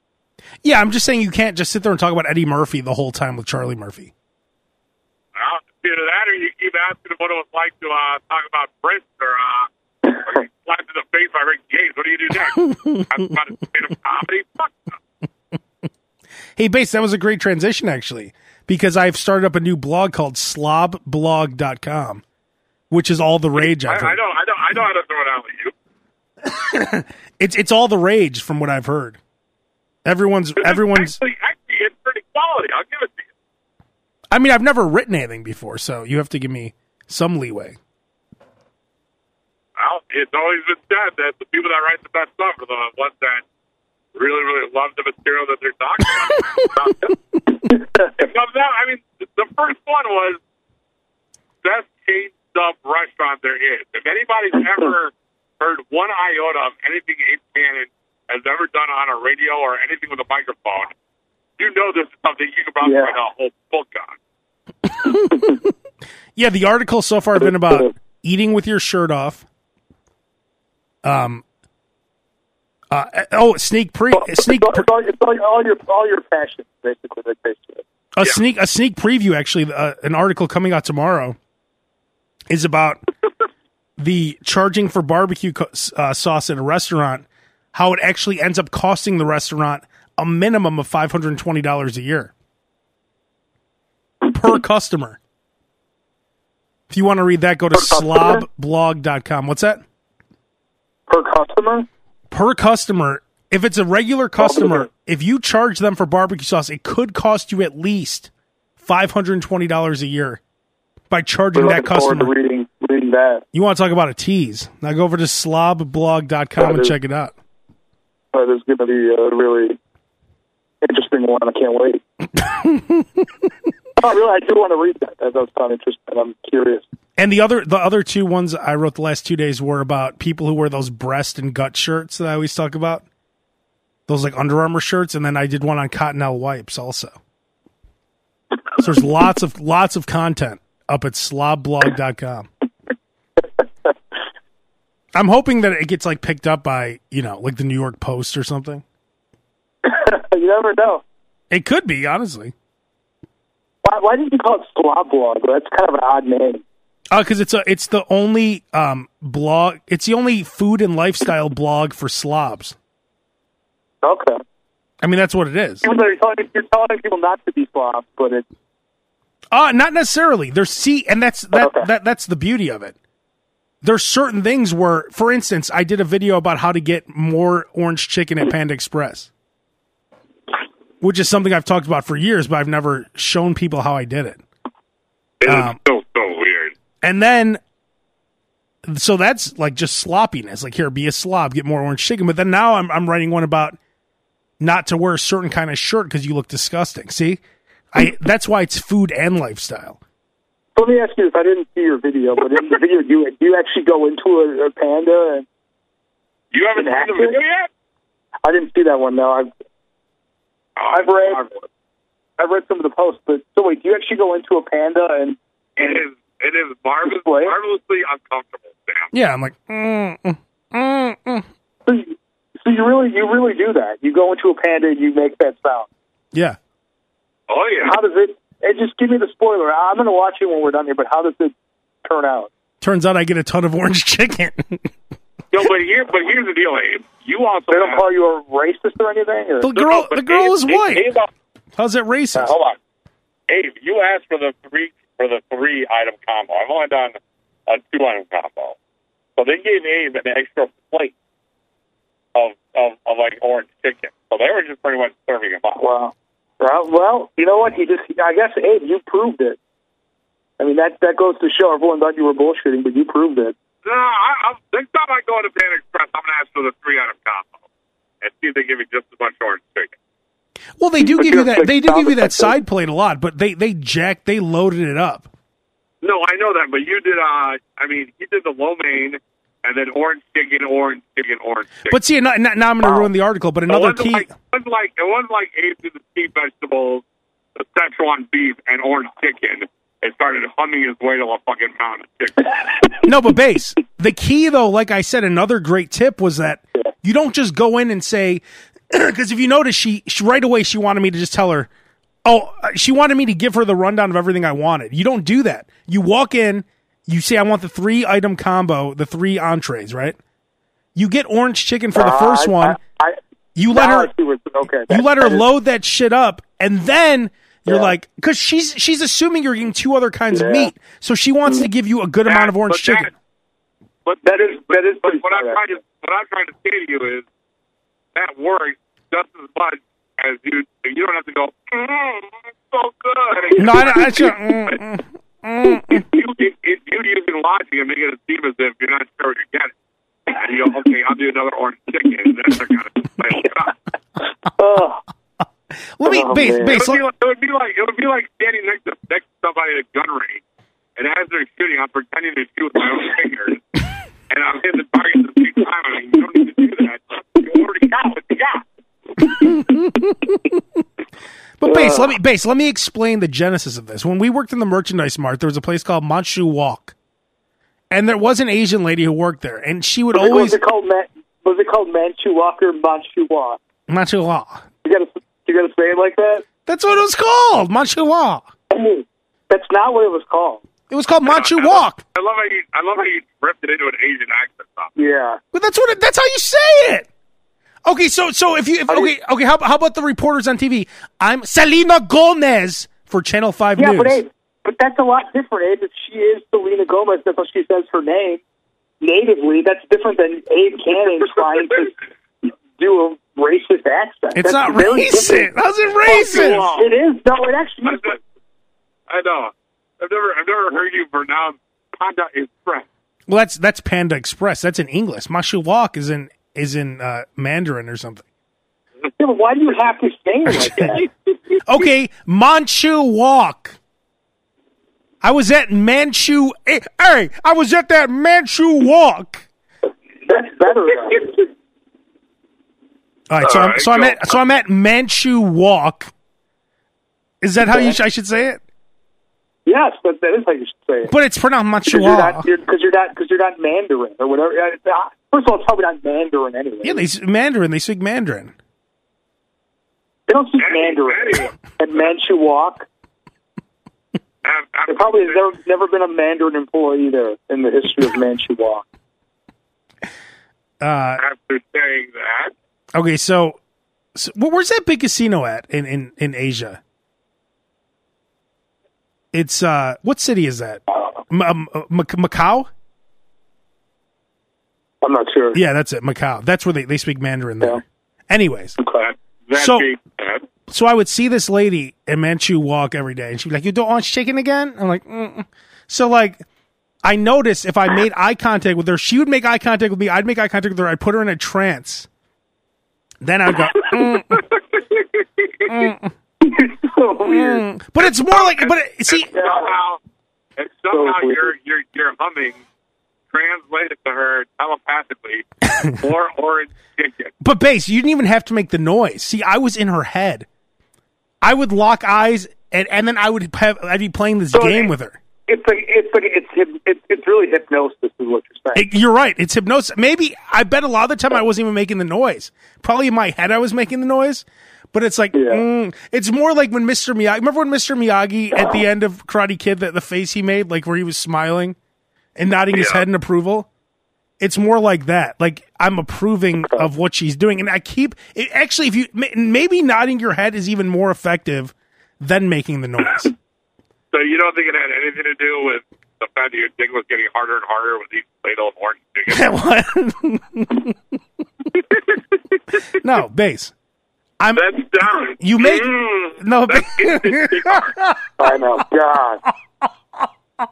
A: Yeah, I'm just saying you can't just sit there and talk about Eddie Murphy the whole time with Charlie Murphy.
C: Well, it's either that or you keep asking him what it was like to uh, talk about Prince or, uh, or get slapped in the face by Rick James. What do you do next? Talk about a bit of comedy? Fuck no.
A: Hey, base, that was a great transition actually, because I've started up a new blog called slobblog.com, which is all the rage.
C: I,
A: I've
C: I
A: heard.
C: know, I know, I know how to throw it out with you.
A: It's it's all the rage from what I've heard. Everyone's everyone's.
C: actually, actually, it's pretty quality. I'll give it to you.
A: I mean, I've never written anything before, so you have to give me some leeway.
C: Well, it's always been said that the people that write the best stuff are the ones that really, really love the material that they're talking
B: (laughs)
C: about. it comes out. I mean, the first one was best chain sub restaurant there is. If
B: (laughs)
C: anybody's ever heard one iota of anything Abe Cannon has ever done on a radio or anything with a microphone, you know this is something you could probably
B: Yeah.
C: write a whole book on.
A: Yeah, the articles so far have been about eating with your shirt off. Um. Uh, oh, sneak pre
B: Well,
A: a sneak
B: it's all,
A: pre-
B: it's all, it's all, all your all your passion basically. Like basically.
A: a sneak a sneak preview actually uh, an article coming out tomorrow is about the charging for barbecue co- uh, sauce at a restaurant how it actually ends up costing the restaurant a minimum of five hundred and twenty dollars a year per customer. If you want to read that, go to
B: customer?
A: slobblog.com. What's that?
B: Per customer,
A: per customer, if it's a regular customer, if you charge them for barbecue sauce, it could cost you at least five hundred and twenty dollars a year by charging
B: we're
A: that
B: looking forward to
A: customer.
B: reading reading that.
A: You want to talk about a tease? Now go over to slobblog.com and
B: That is-
A: check it out.
B: But it's going to be a really interesting one. I can't
A: (laughs)
B: wait. oh, really? I do want to read that. That does sound interesting. I'm curious. (laughs)
A: And the other the other two ones I wrote the last two days were about people who wear those breast and gut shirts that I always talk about. Those like Under Armour shirts, and then I did one on Cottonelle wipes also. So there's lots of lots of content up at slobblog.com. I'm hoping that it gets like picked up by, you know, like the New York Post or something.
B: You never know.
A: It could be, honestly.
B: Why, why did you call it Slob Blog? That's kind of an odd name.
A: Uh, cause it's a, it's the only, um, blog, it's the only food and lifestyle (laughs) blog for slobs.
B: Okay.
A: I mean, that's what it is.
B: Even though you're telling, you're telling people not to be slobs, but it's
A: Uh, not necessarily. There's see, and that's that,
B: Okay.
A: that that's the beauty of it. There's certain things where, for instance, I did a video about how to get more orange chicken at Panda Express, which is something I've talked about for years, but I've never shown people how I did it.
C: It is
A: Um,
C: so so weird.
A: And then, so that's like just sloppiness. Like here, be a slob, get more orange chicken. But then now I'm I'm writing one about not to wear a certain kind of shirt because you look disgusting. See, I that's why it's food and lifestyle.
B: Let me ask you this: I didn't see your video, but in the video, do you, do you actually go into a, a panda? And
C: You haven't
B: An
C: seen the
B: actor?
C: video yet?
B: I didn't see that one. No, I've
C: Oh,
B: I've read-
C: God.
B: I've read some of the posts, but so wait, do you actually go into a panda and
C: It is it is marvelous,
B: Display?
C: marvelously uncomfortable, Sam.
A: Yeah, I'm like, mm, mm, mm, mm.
B: so you, so you really you really do that? You go into a panda and you make that sound.
A: yeah.
C: Oh yeah.
B: How does it? And just give me the spoiler. I'm going to watch it when we're done here. But how does it turn out?
A: Turns out I get a ton of orange (laughs) chicken.
C: No, but here but here's the deal, Abe. You also
B: They don't
C: have-
B: call you a racist or anything. Or?
A: the
C: No, no,
A: girl,
C: but
A: the girl
C: Abe-
A: is
C: Abe-
A: white.
C: Abe also
A: How's that
C: Now,
A: racist?
C: hold on, Abe. You asked for the three for the three item combo. I've only done a two item combo, so they gave Abe an extra plate of of, of like orange chicken. So they were just pretty much serving him up.
B: Wow. Well, well, you know what? He just, I guess, Abe, you proved it. I mean, that that goes to show everyone thought you were bullshitting, but you proved it.
C: No, I, I, next time I go to Pan Express, I'm gonna ask for the three item combo and see if they give me just a bunch of orange chicken.
A: Well, they do
B: But
A: give you
B: you're
A: that.
B: like
A: They do give you that
B: sound
A: side plate a lot, but they they jacked, they loaded it up.
C: No, I know that, but you did. Uh, I mean, he did the lo mein and then orange chicken, orange chicken, orange chicken.
A: But see, now, now now I'm going to ruin the article. But another
C: it wasn't
A: key.
C: Like, it wasn't like it wasn't like Abe did the sea vegetables, the Szechuan beef, and orange chicken. It started humming his way to a fucking mountain of chicken.
A: No, but base. The key, though, like I said, another great tip was that you don't just go in and say, (clears throat) because if you notice, she, she right away she wanted me to just tell her, oh, uh, she wanted me to give her the rundown of everything I wanted. You don't do that. You walk in, you say, I want the three item combo, the three entrees, right? You get orange chicken for the
B: Uh,
A: first
B: I-
A: one.
B: I, I,
A: you let
B: now
A: her
B: I see what- okay.
A: you
B: that-
A: let her
B: that is-
A: load that shit up and then you're
B: Yeah.
A: like because she's she's assuming you're getting two other kinds of
B: Yeah.
A: meat so she wants to give you a good amount of
C: That-
A: orange
C: but that-
A: chicken
C: But
B: That is- that is
C: But
B: pretty
C: what I'm
B: smart,
C: trying to what I'm trying to say to you is that works just as much as you. You don't have to go. Mm, it's so good.
A: no i, I
B: (laughs)
A: just, mm, mm.
C: if you if, if you using logic and making it seem as if you're not sure what you're getting, and you go, okay, I'll do another orange chicken. And that's the kind of thing.
B: Ugh.
A: let me
B: Oh,
A: base
B: man.
A: base
C: it would,
A: let-
C: be like, it would be like it would be like standing next to next to somebody at a gun range, and as they're shooting, I'm pretending to shoot with my own fingers, and I'm hitting the target at the same time. I mean, you don't need to do that. You already got what you got.
A: but base let me base let me explain the genesis of this when we worked in the merchandise mart there was a place called manchu walk and there was an asian lady who worked there and she would
B: Was
A: always
B: it called Man, Was it called Manchu Walk or Manchu Walk?
A: manchu walk
B: You gotta, you gotta say it like that. (clears throat)
A: that's what it was called manchu walk
B: That's not what it was called.
A: it was called manchu walk
C: I love how you I love how you ripped it into an Asian accent. Tom.
B: Yeah.
A: Well, that's what. It, that's how you say it. Okay, so so if you if,
B: do
A: okay okay how, how about the reporters on TV? I'm Selena Gomez for Channel Five
B: Yeah,
A: News.
B: but Abe, but that's a lot different, Abe. If she is Selena Gomez, that's how she says her name natively. That's different than Abe Canning trying to do a racist accent.
A: it's
B: that's
A: not
B: very
A: racist.
B: different.
A: How's it
C: you
A: racist?
C: all.
B: It is. No, it actually
C: I
B: is.
C: said- (laughs) I know. I've never I've never heard you pronounce Panda Express.
A: Well, that's that's Panda Express. That's in English. Mashu Walk is in is in uh, Mandarin or something.
B: Yeah, but why do you have to say it like that?
A: (laughs) Okay, Manchu Walk. I was at Manchu. eh, Hey, I was at that Manchu Walk.
B: That's better. though.
A: All right, so
C: All
A: I'm,
C: right,
A: so I'm
C: go.
A: at so I'm at Manchu Walk. Is that how you sh- I should say it?
B: Yes, but that is how you should say it.
A: But it's pronounced
B: Because you're not,
A: Manchua.
B: because you're not, because you're not Mandarin or whatever. Uh, First of all, it's probably not Mandarin anyway.
A: Yeah, they s- Mandarin. They speak Mandarin.
B: they don't speak
C: Any-
B: Mandarin
C: anyone.
B: at Manchu Walk.
C: I've,
B: There
C: I've,
B: probably has never, never been a Mandarin employee there in the history of Manchu Walk.
A: Uh,
C: after saying that,
A: okay, so, so wh- where's that big casino at in in, in Asia? It's uh, what city is that? M- um, uh, Mac- Macau?
B: I'm not sure.
A: Yeah, that's it. Macau. That's where they, they speak Mandarin there.
B: Yeah.
A: Anyways,
B: Okay.
C: That
A: So-
C: being said,
A: so I would see this lady in Manchu walk every day, and she'd be like, "You don't want chicken again?" I'm like, Mm-mm. "So like, I noticed if I made eye contact with her, she would make eye contact with me. I'd make eye contact with her. I'd put her in a trance. Then I'd go, "Mm,
B: so (laughs) weird.
A: mm." but it's more like, but it, see,
C: somehow, and somehow
B: weird.
C: your your your humming translated to her
A: (laughs)
C: telepathically or orange chicken.
A: but base, you didn't even have to make the noise. See, I was in her head. I would lock eyes, and and then I would have, I'd be playing this
B: So-
A: game with her.
B: It's like it's like it's hyp- it's it's really hypnosis is what you're saying.
A: It- you're right. It's hypnosis. Maybe I bet a lot of the time I wasn't even making the noise. Probably in my head I was making the noise, but it's like
B: Yeah.
A: mm, it's more like when Mr. Miyagi. Remember when Mr. Miyagi at the end of Karate Kid that the face he made, like where he was smiling and nodding his
C: Yeah.
A: head in approval. It's more like that. Like I'm approving of what she's doing, and I keep it. Actually, if you ma- maybe nodding your head is even more effective than making the noise.
C: So you don't think it had anything to do with the fact that your dick was getting harder and harder with each plate of
A: (laughs)
C: orange chicken?
A: What? (laughs) no, bass. I'm
C: That's down.
A: You make-
C: Mm.
A: no, ba-
B: I know. God.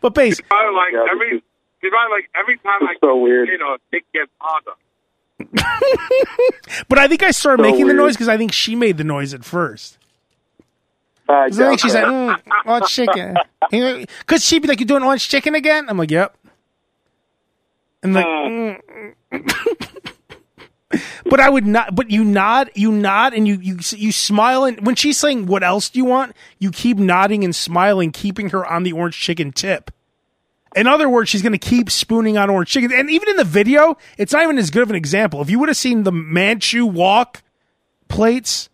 A: but bass.
C: Probably like
B: Yeah,
C: every. She's probably like every time I
B: It's so weird.
C: you know, it gets harder.
A: But I think I started
B: So
A: making the
B: weird.
A: noise because I think she made the noise at first.
B: I
A: 'Cause I think she
B: doubt
A: said,
B: that.
A: mm, "Orange chicken," because she'd be like, "You doing orange chicken again?" I'm like, "Yep." And like, mm, mm. (laughs) but I would not. But you nod, you nod, and you you you smile. And when she's saying, "What else do you want?" You keep nodding and smiling, keeping her on the orange chicken tip. In other words, she's going to keep spooning on orange chicken. And even in the video, it's not even as good of an example. If you would have seen the Manchu walk plates,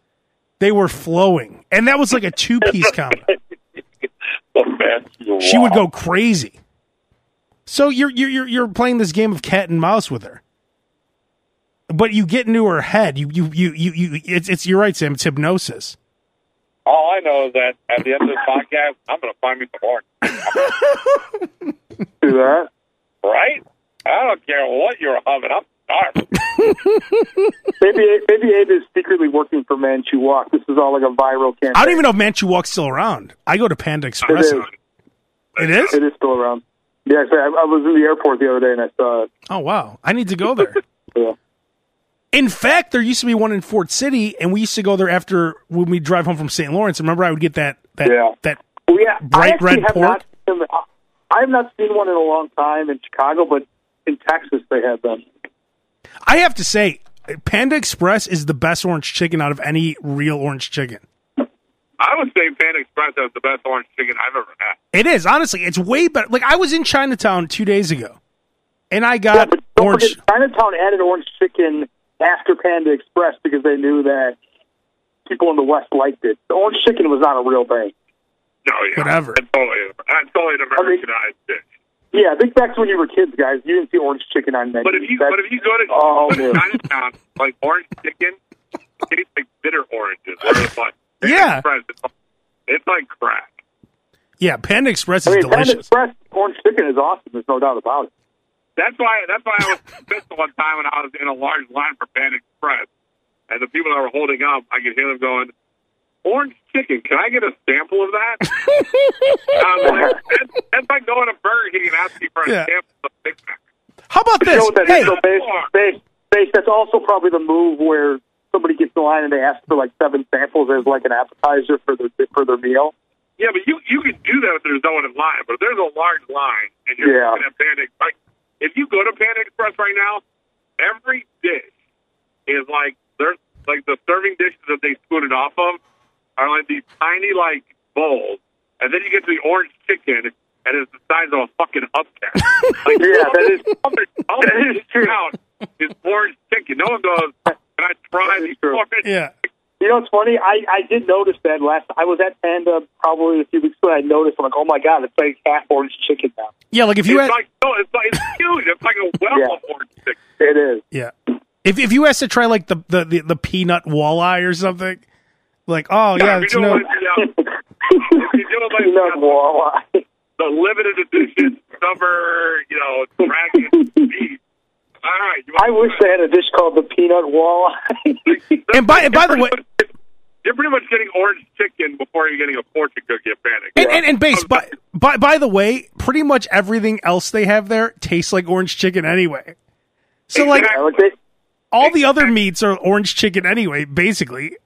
A: they were flowing. And that was like a two piece combo. Mm. She would go crazy. So you're, you're, you're, you're playing this game of cat and mouse with her. But you get into her head. You, you, you, you, you it's, it's, you're right, Sam. It's hypnosis.
C: All I know is that at the end of this podcast, I'm going to find me some orange.
B: do that.
C: Right? I don't care what you're humming. I'm starving.
B: Maybe maybe Abe is secretly working for Manchu Walk. This is all like a viral campaign.
A: I don't even know if Manchu Walk's still around. I go to Panda
B: It
A: Express.
B: is.
A: now. It is?
B: It is still around. Yeah, actually, I, I was in the airport the other day and I saw it.
A: Oh, wow. I need to go there.
B: Yeah.
A: In fact, there used to be one in Fort City, and we used to go there after when we drive home from St. Lawrence. Remember, I would get that that
B: Yeah.
A: that.
B: Well, yeah,
A: Bright
B: I actually
A: red
B: have
A: pork?
B: Not seen them- I- I have not seen one in a long time in Chicago, but in Texas they had them.
A: I have to say, Panda Express is the best orange chicken out of any real orange chicken.
C: I would say Pan Express has the best orange chicken I've ever had.
A: It is honestly, it's way better. Like I was in Chinatown two days ago, and I
B: Yeah,
A: got
B: but don't
A: orange.
B: forget, Chinatown added orange chicken after Panda Express because they knew that people in the West liked it. The orange chicken was not a real thing.
C: No, yeah.
A: Whatever.
C: That's totally, that's totally an Americanized dish.
B: Yeah, I think back to when you were kids, guys. You didn't see orange chicken on menus.
C: But if you
B: That's-
C: but if you go to,
B: Oh,
C: go to
B: man.
C: Chinatown, like orange chicken tastes like bitter oranges. Or it's like Pan
A: Yeah.
C: Express, it's, like, it's like crack.
A: Yeah, Panda Express
B: I
A: is
B: mean, Panda
A: delicious.
B: Express orange chicken is awesome. There's no doubt about it.
C: That's why. That's why I was pissed the one time when I was in a large line for Pan Express, and the people that were holding up, I could hear them going, "Orange chicken, can I get a sample of that?" I was like, that's, that's like going to Burger King and asking for a
A: Yeah.
C: sample of Big Mac.
A: How about
B: You know
A: this?
B: what that is,
A: Hey,
B: though, Bass? Bass- Bass, that's also probably the move where somebody gets in line and they ask for like seven samples as like an appetizer for their for their meal.
C: Yeah, but you you can do that if there's no one in line. But if there's a large line and you're
B: Yeah.
C: looking at Panda Express, if you go to Panda Express right now, every dish is like there's like the serving dishes that they spoon it off of are like these tiny like bowls, and then you get to the orange chicken. And it's the size of a fucking hubcap.
B: (laughs)
C: Like,
B: Yeah,
C: all
B: that is-
C: all they're- all that is true. Out is orange chicken. No one goes. Can I try
B: That is
C: the
B: true.
C: orange
A: yeah,
B: You know what's funny? I, I did notice that last I was at Panda probably a few weeks ago. and I noticed I'm like, oh my god, it's like half orange chicken now.
A: yeah. Like if you
C: It's
A: had,
C: like no, it's like it's huge. It's like a well
B: Yeah.
C: of orange chicken.
B: It is.
A: yeah, if if you asked to try like the the the, the peanut walleye or something, like oh yeah,
C: if
A: it's
C: you do
A: no.
C: it like, the, uh, if you do it
B: Peanut
C: got
B: Walleye.
C: the limited edition number, you know, dragon beat. All right, you
B: I wish they had a dish called the Peanut Walleye.
A: And by and by the way,
C: You're pretty much getting orange chicken before you're getting a fortune cookie at Panic.
A: and and, and base by, by by the way, pretty much everything else they have there tastes like orange chicken anyway.
B: (laughs)
A: So like
B: I would say-
A: all the other meats are orange chicken anyway, basically.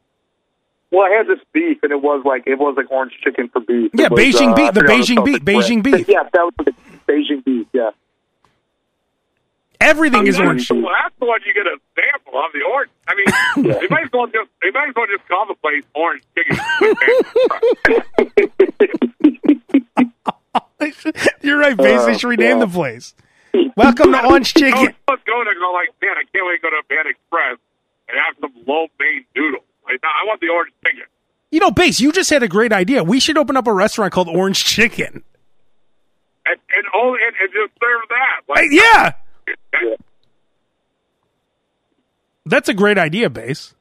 B: well, I had this beef, and it was like it was like orange chicken for beef. It
A: Yeah,
B: was,
A: Beijing
B: uh,
A: beef,
B: I
A: the
B: forgot what
A: Beijing
B: it's
A: beef,
B: called.
A: Beijing
B: (laughs)
A: beef.
B: Yeah, that was the Beijing beef. Yeah,
A: Everything is
B: (laughs)
C: that's
A: orange.
C: The, that's the one you get a sample of the orange. I
A: (laughs)
C: mean, they might as well just they might as well just call the place orange chicken.
A: (laughs) You're right, base.
B: Uh,
A: They should rename the
B: (laughs)
A: place. Welcome to Orange
C: Oh,
A: Chicken.
C: let's go to go like man, I can't wait to go to Pan Express and have some low main noodles. Like, no, I want the orange chicken.
A: You know, base. You just had a great idea. We should open up a restaurant called Orange Chicken.
C: And and only and, and just serve that.
A: Hey,
C: Like
A: Uh, yeah,
C: yeah.
A: that's a great idea, base.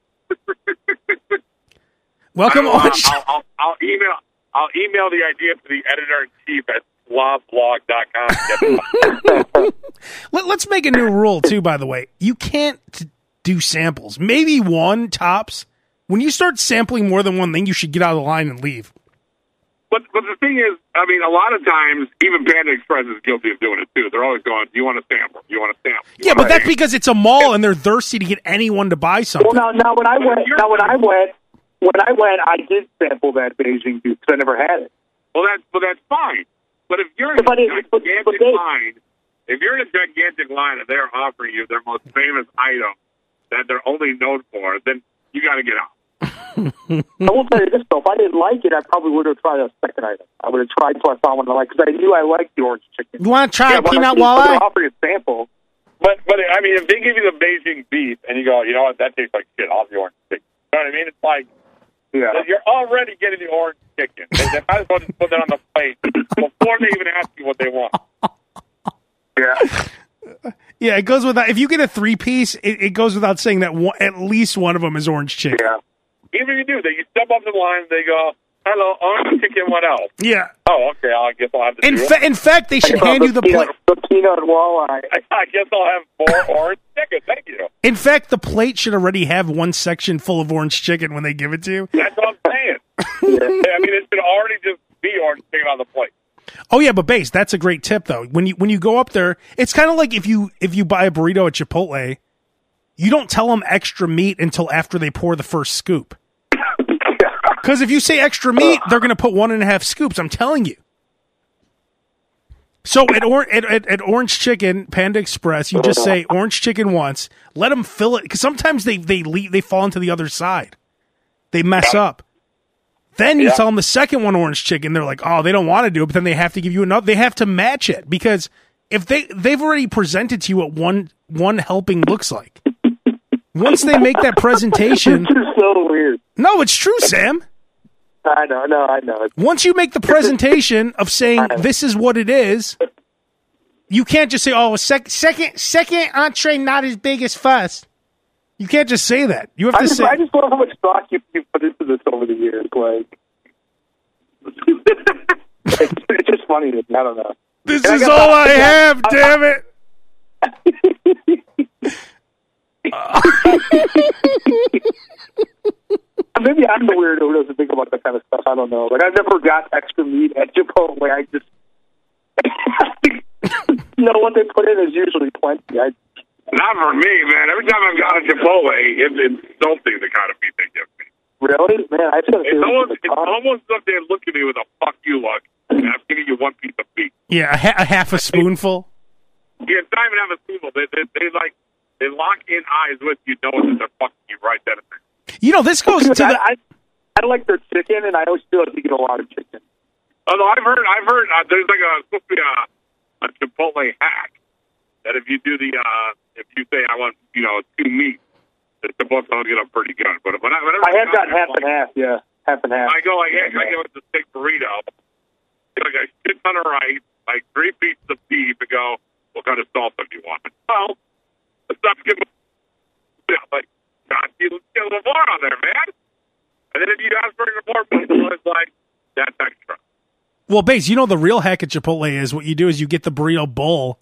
A: Welcome,
C: I don't know.
A: Orange.
B: (laughs)
C: I'll, I'll, I'll email. I'll email the idea to the editor in chief at slobblog.com.
A: (laughs) Let, let's make a new rule too. By the way, you can't t- do samples. Maybe one tops. When you start sampling more than one thing, you should get out of the line and leave.
C: but but the thing is, I mean, a lot of times even Panda Express is guilty of doing it too. They're always going, "Do you want a sample? Do you want a sample?" Do you
A: Yeah, but
C: want a
A: that's because it's a mall and they're thirsty to get anyone to buy
B: Well,
A: something.
B: now, now when I
C: But if
B: went,
C: you're-
B: now when I went, when I went, I did sample that Beijing beef because I never had it.
C: Well, that's well, that's fine. But if you're in
B: But
C: a
B: it-
C: gigantic
B: but- but they-
C: line, if you're in a gigantic line and they're offering you their most famous item that they're only known for, then you got to get out.
B: I will tell you this though: if I didn't like it, I probably would have tried a second item. I would have tried till I found one I liked because I knew I liked the orange chicken.
A: You want to try a
B: but
A: peanut
B: I,
A: walleye?
B: I offered a sample.
C: But but I mean, if they give you the Beijing beef and you go, you know what, that tastes like shit. I'll have the orange chicken. You know what I mean? It's like
B: Yeah.
C: you're already getting the orange chicken. They they might as well just put that on the plate before they even ask you what they want.
B: (laughs) Yeah.
A: Yeah, it goes without. If you get a three piece, it, it goes without saying that one, at least one of them is orange chicken.
B: Yeah.
C: Even if you do, they you step up the line. They go, "Hello, orange chicken. What else?"
A: Yeah.
C: Oh, okay. I guess I'll have to.
A: In,
C: do it.
A: fa- in fact, they should hand you the plate.
B: peanut, the peanut walleye.
C: (laughs) I guess I'll have four orange chicken. Thank you.
A: In fact, the plate should already have one section full of orange chicken when they give it to you.
C: That's what I'm (laughs) saying. I mean, it should already just be orange chicken on the plate.
A: Oh yeah, but base, that's a great tip though. When you when you go up there, it's kind of like if you if you buy a burrito at Chipotle, you don't tell them extra meat until after they pour the first scoop. Because if you say extra meat, they're going to put one and a half scoops. I'm telling you. So at, or- at, at, at Orange Chicken Panda Express, you just say orange chicken once. Let them fill it because sometimes they they le- they fall into the other side. They mess up. Then you tell them the second one orange chicken. They're like, oh, they don't want to do it, but then they have to give you another. They have to match it because if they they've already presented to you what one one helping looks like. Once they make that presentation,
B: This is so weird.
A: no, it's true, Sam.
B: I know. No, I know.
A: Once you make the presentation
B: (laughs)
A: of saying this is what it is, you can't just say, "Oh, a sec- second second entree not as big as first." You can't just say that. You have
B: I
A: to
B: just,
A: say.
B: I just love how much thought you, you put into this over the years. Like, (laughs) it's, it's just funny. to me. I don't know. (laughs)
A: This
B: I
A: is
B: got
A: all
B: the- (laughs)
A: I have, damn it.
B: Maybe I'm the weirdo who doesn't think about that kind of stuff. I don't know. Like, I never got extra meat at Chipotle. I just, (laughs) you know, what they put in is usually plenty. I,
C: Not for me, man. Every time I've gone to Chipotle, it's insulting the kind of meat they give me.
B: really, man, I feel
C: It's almost,
B: like
C: it's almost as if they look at me with a "fuck you" look, and I'm giving you one piece of meat.
A: Yeah, a, ha- a half a spoonful.
C: Yeah, it's not even have a spoonful. They, they, they like they lock in eyes with you, knowing that they're fucking you right then. and there.
A: You know, this goes to
B: (laughs) I,
A: the.
B: I, I like their chicken, and I always feel like you get a lot of chicken.
C: Although I've heard, I've heard uh, there's like a supposed to be a, a Chipotle hack that if you do the uh, if you say I want you know two meat, it's supposed to get up pretty good. But when I, whenever
B: I have
C: got
B: gotten half and half. Yeah, half and half.
C: I go like, hey, I get the steak burrito, get like a shit ton of rice, like three pieces of beef, and go, what kind of salsa do you want? Well, let's not give a yeah, like, God, you get a little more on there, man. And then if you ask for more, people, it's like that's extra.
A: Well, base, you know the real hack at Chipotle is what you do is you get the burrito bowl,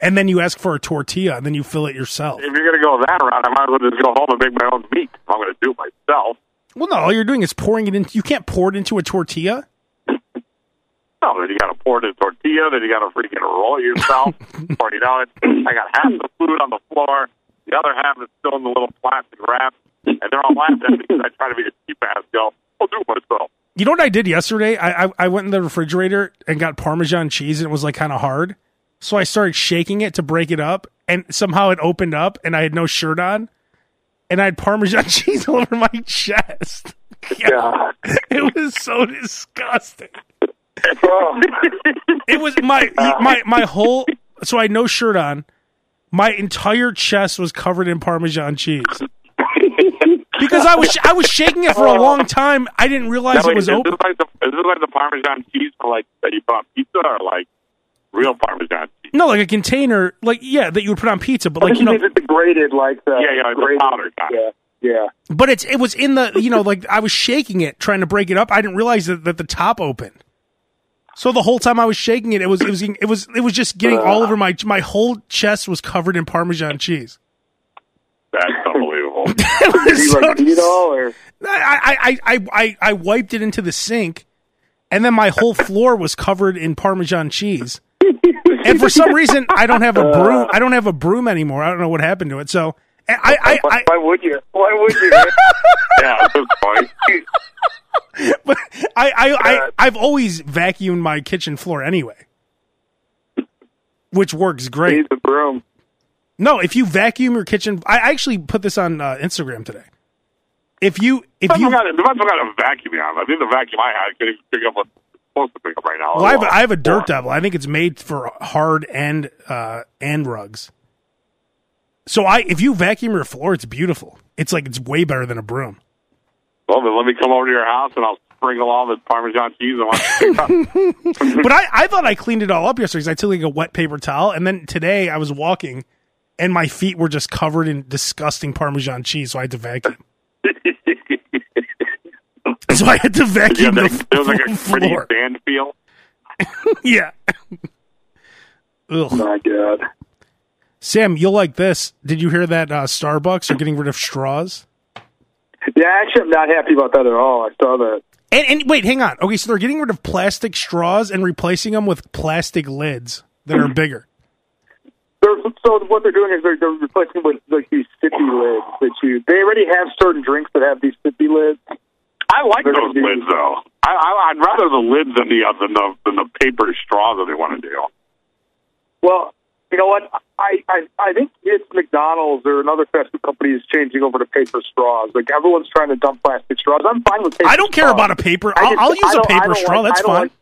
A: and then you ask for a tortilla, and then you fill it yourself.
C: If you're going to go that route, I might as well just go home and make my own meat. If I'm going to do it myself.
A: Well, no, all you're doing is pouring it in. You can't pour it into a tortilla.
C: No, then you got to pour it in a tortilla. Then you got to freaking roll it yourself. or you know, it, (clears throat) I got half the food on the floor. The other half is still in the little plastic wrap, and they're all laughing at me because I try to be a cheap ass. Go, I'll do it myself.
A: You know what I did yesterday? I I, I went in the refrigerator and got Parmesan cheese, and it was like kind of hard. So I started shaking it to break it up, and somehow it opened up, and I had no shirt on, and I had Parmesan (laughs) cheese all over my chest. (laughs)
B: Yeah.
A: It was so disgusting.
B: Oh,
A: It was my my my whole. So I had no shirt on. My entire chest was covered in Parmesan cheese because I was I was shaking it for a long time. I didn't realize
C: Now,
A: it
C: wait,
A: was
C: is
A: open.
C: This like the, is this like the Parmesan cheese for like that you put on pizza, or like real Parmesan cheese?
A: No, like a container, like yeah, that you would put on pizza, but
B: I
A: like
B: think
A: you
B: you
A: know,
B: need it degraded like the
C: Yeah, yeah, like the
B: grated-
C: powder kind.
B: Yeah, yeah.
A: but it's it was in the you know, like I was shaking it trying to break it up. I didn't realize that, that the top opened. So the whole time I was shaking it, it was it was it was it was just getting all over my my whole chest was covered in Parmesan cheese. (laughs)
C: That's unbelievable.
A: It was (laughs)
B: You
A: so
B: like you know, or
A: I, I, I, I, I wiped it into the sink, and then my whole floor was covered in Parmesan cheese. And for some reason, I don't have a broom. I don't have a broom anymore. I don't know what happened to it. So I, I, I,
B: why would you? Why would
A: (laughs)
B: you? Oh
C: yeah, at this point,
A: (laughs) I, I, I, I've always vacuumed my kitchen floor anyway, which works great.
B: He's a broom.
A: No, if you vacuum your kitchen, I actually put this on uh, Instagram today. If you, if
C: I
A: you,
C: forgot, I forgot a vacuum on. I think the vacuum I had couldn't pick up what's supposed to pick up right now.
A: Well, Oh, I have, I have a Dirt Devil. I think it's made for hard and uh, and rugs. So I, if you vacuum your floor, it's beautiful. It's like it's way better than a broom.
C: Well, then let me come over to your house and I'll sprinkle all the Parmesan cheese and
B: (laughs)
C: watch
A: But I, I thought I cleaned it all up yesterday. 'cause I took like a wet paper towel, and then today I was walking, and my feet were just covered in disgusting Parmesan cheese. So I had
B: (laughs)
A: to vacuum. So I had to
C: Yeah,
A: vacuum
C: that,
A: the
C: it
A: (laughs)
C: was like a pretty
A: floor.
C: sand feel.
A: yeah. Ugh.
B: My God.
A: Sam, you'll like this. Did you hear that uh, Starbucks are getting rid of straws?
B: Yeah, actually, I'm not happy about that at all. I saw that.
A: And, and wait, hang on. Okay, so they're getting rid of plastic straws and replacing them with plastic lids
B: (clears throat)
A: that are bigger.
B: They're, so what they're doing is they're, they're replacing with like these sippy lids that you. They already have certain drinks that have these sippy lids.
C: I like
B: They're
C: those
B: gonna do-
C: lids though. I, I, I'd rather the lids than the, uh, than the than the paper straw that they want to do.
B: Well, you know what? I, I I think it's McDonald's or another fast food company is changing over to paper straws. Like everyone's trying to dump plastic straws. I'm fine with paper.
A: I don't care
B: straws.
A: about a paper.
B: Oh. I
A: I'll,
B: just-
A: I'll
B: I
A: use a
B: don't- I
A: paper
B: don't
A: straw.
B: like-
A: That's
B: I don't
A: fine.
B: like-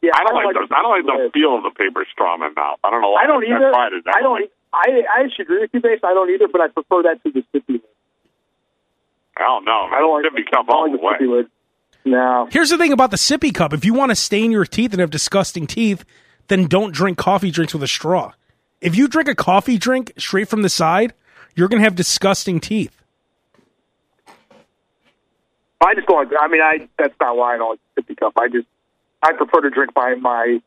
B: yeah,
C: I don't like those. I don't like the
B: lids.
C: feel of the paper straw in my mouth. I don't know why.
B: I don't either.
C: tried it.
B: I don't.
C: Like,
B: I I actually agree with you, base. I don't either, but I prefer that to the sippy lid.
C: I don't know.
B: I don't like.
C: Should be come
B: I
C: all
B: don't
C: the
B: like the
C: way.
B: sippy lid. No.
A: Here's the thing about the sippy cup. If you want to stain your teeth and have disgusting teeth, then don't drink coffee drinks with a straw. If you drink a coffee drink straight from the side, you're going to have disgusting teeth.
B: I just don't. like- I mean, I that's not why I don't like sippy cup. I just I prefer to drink my my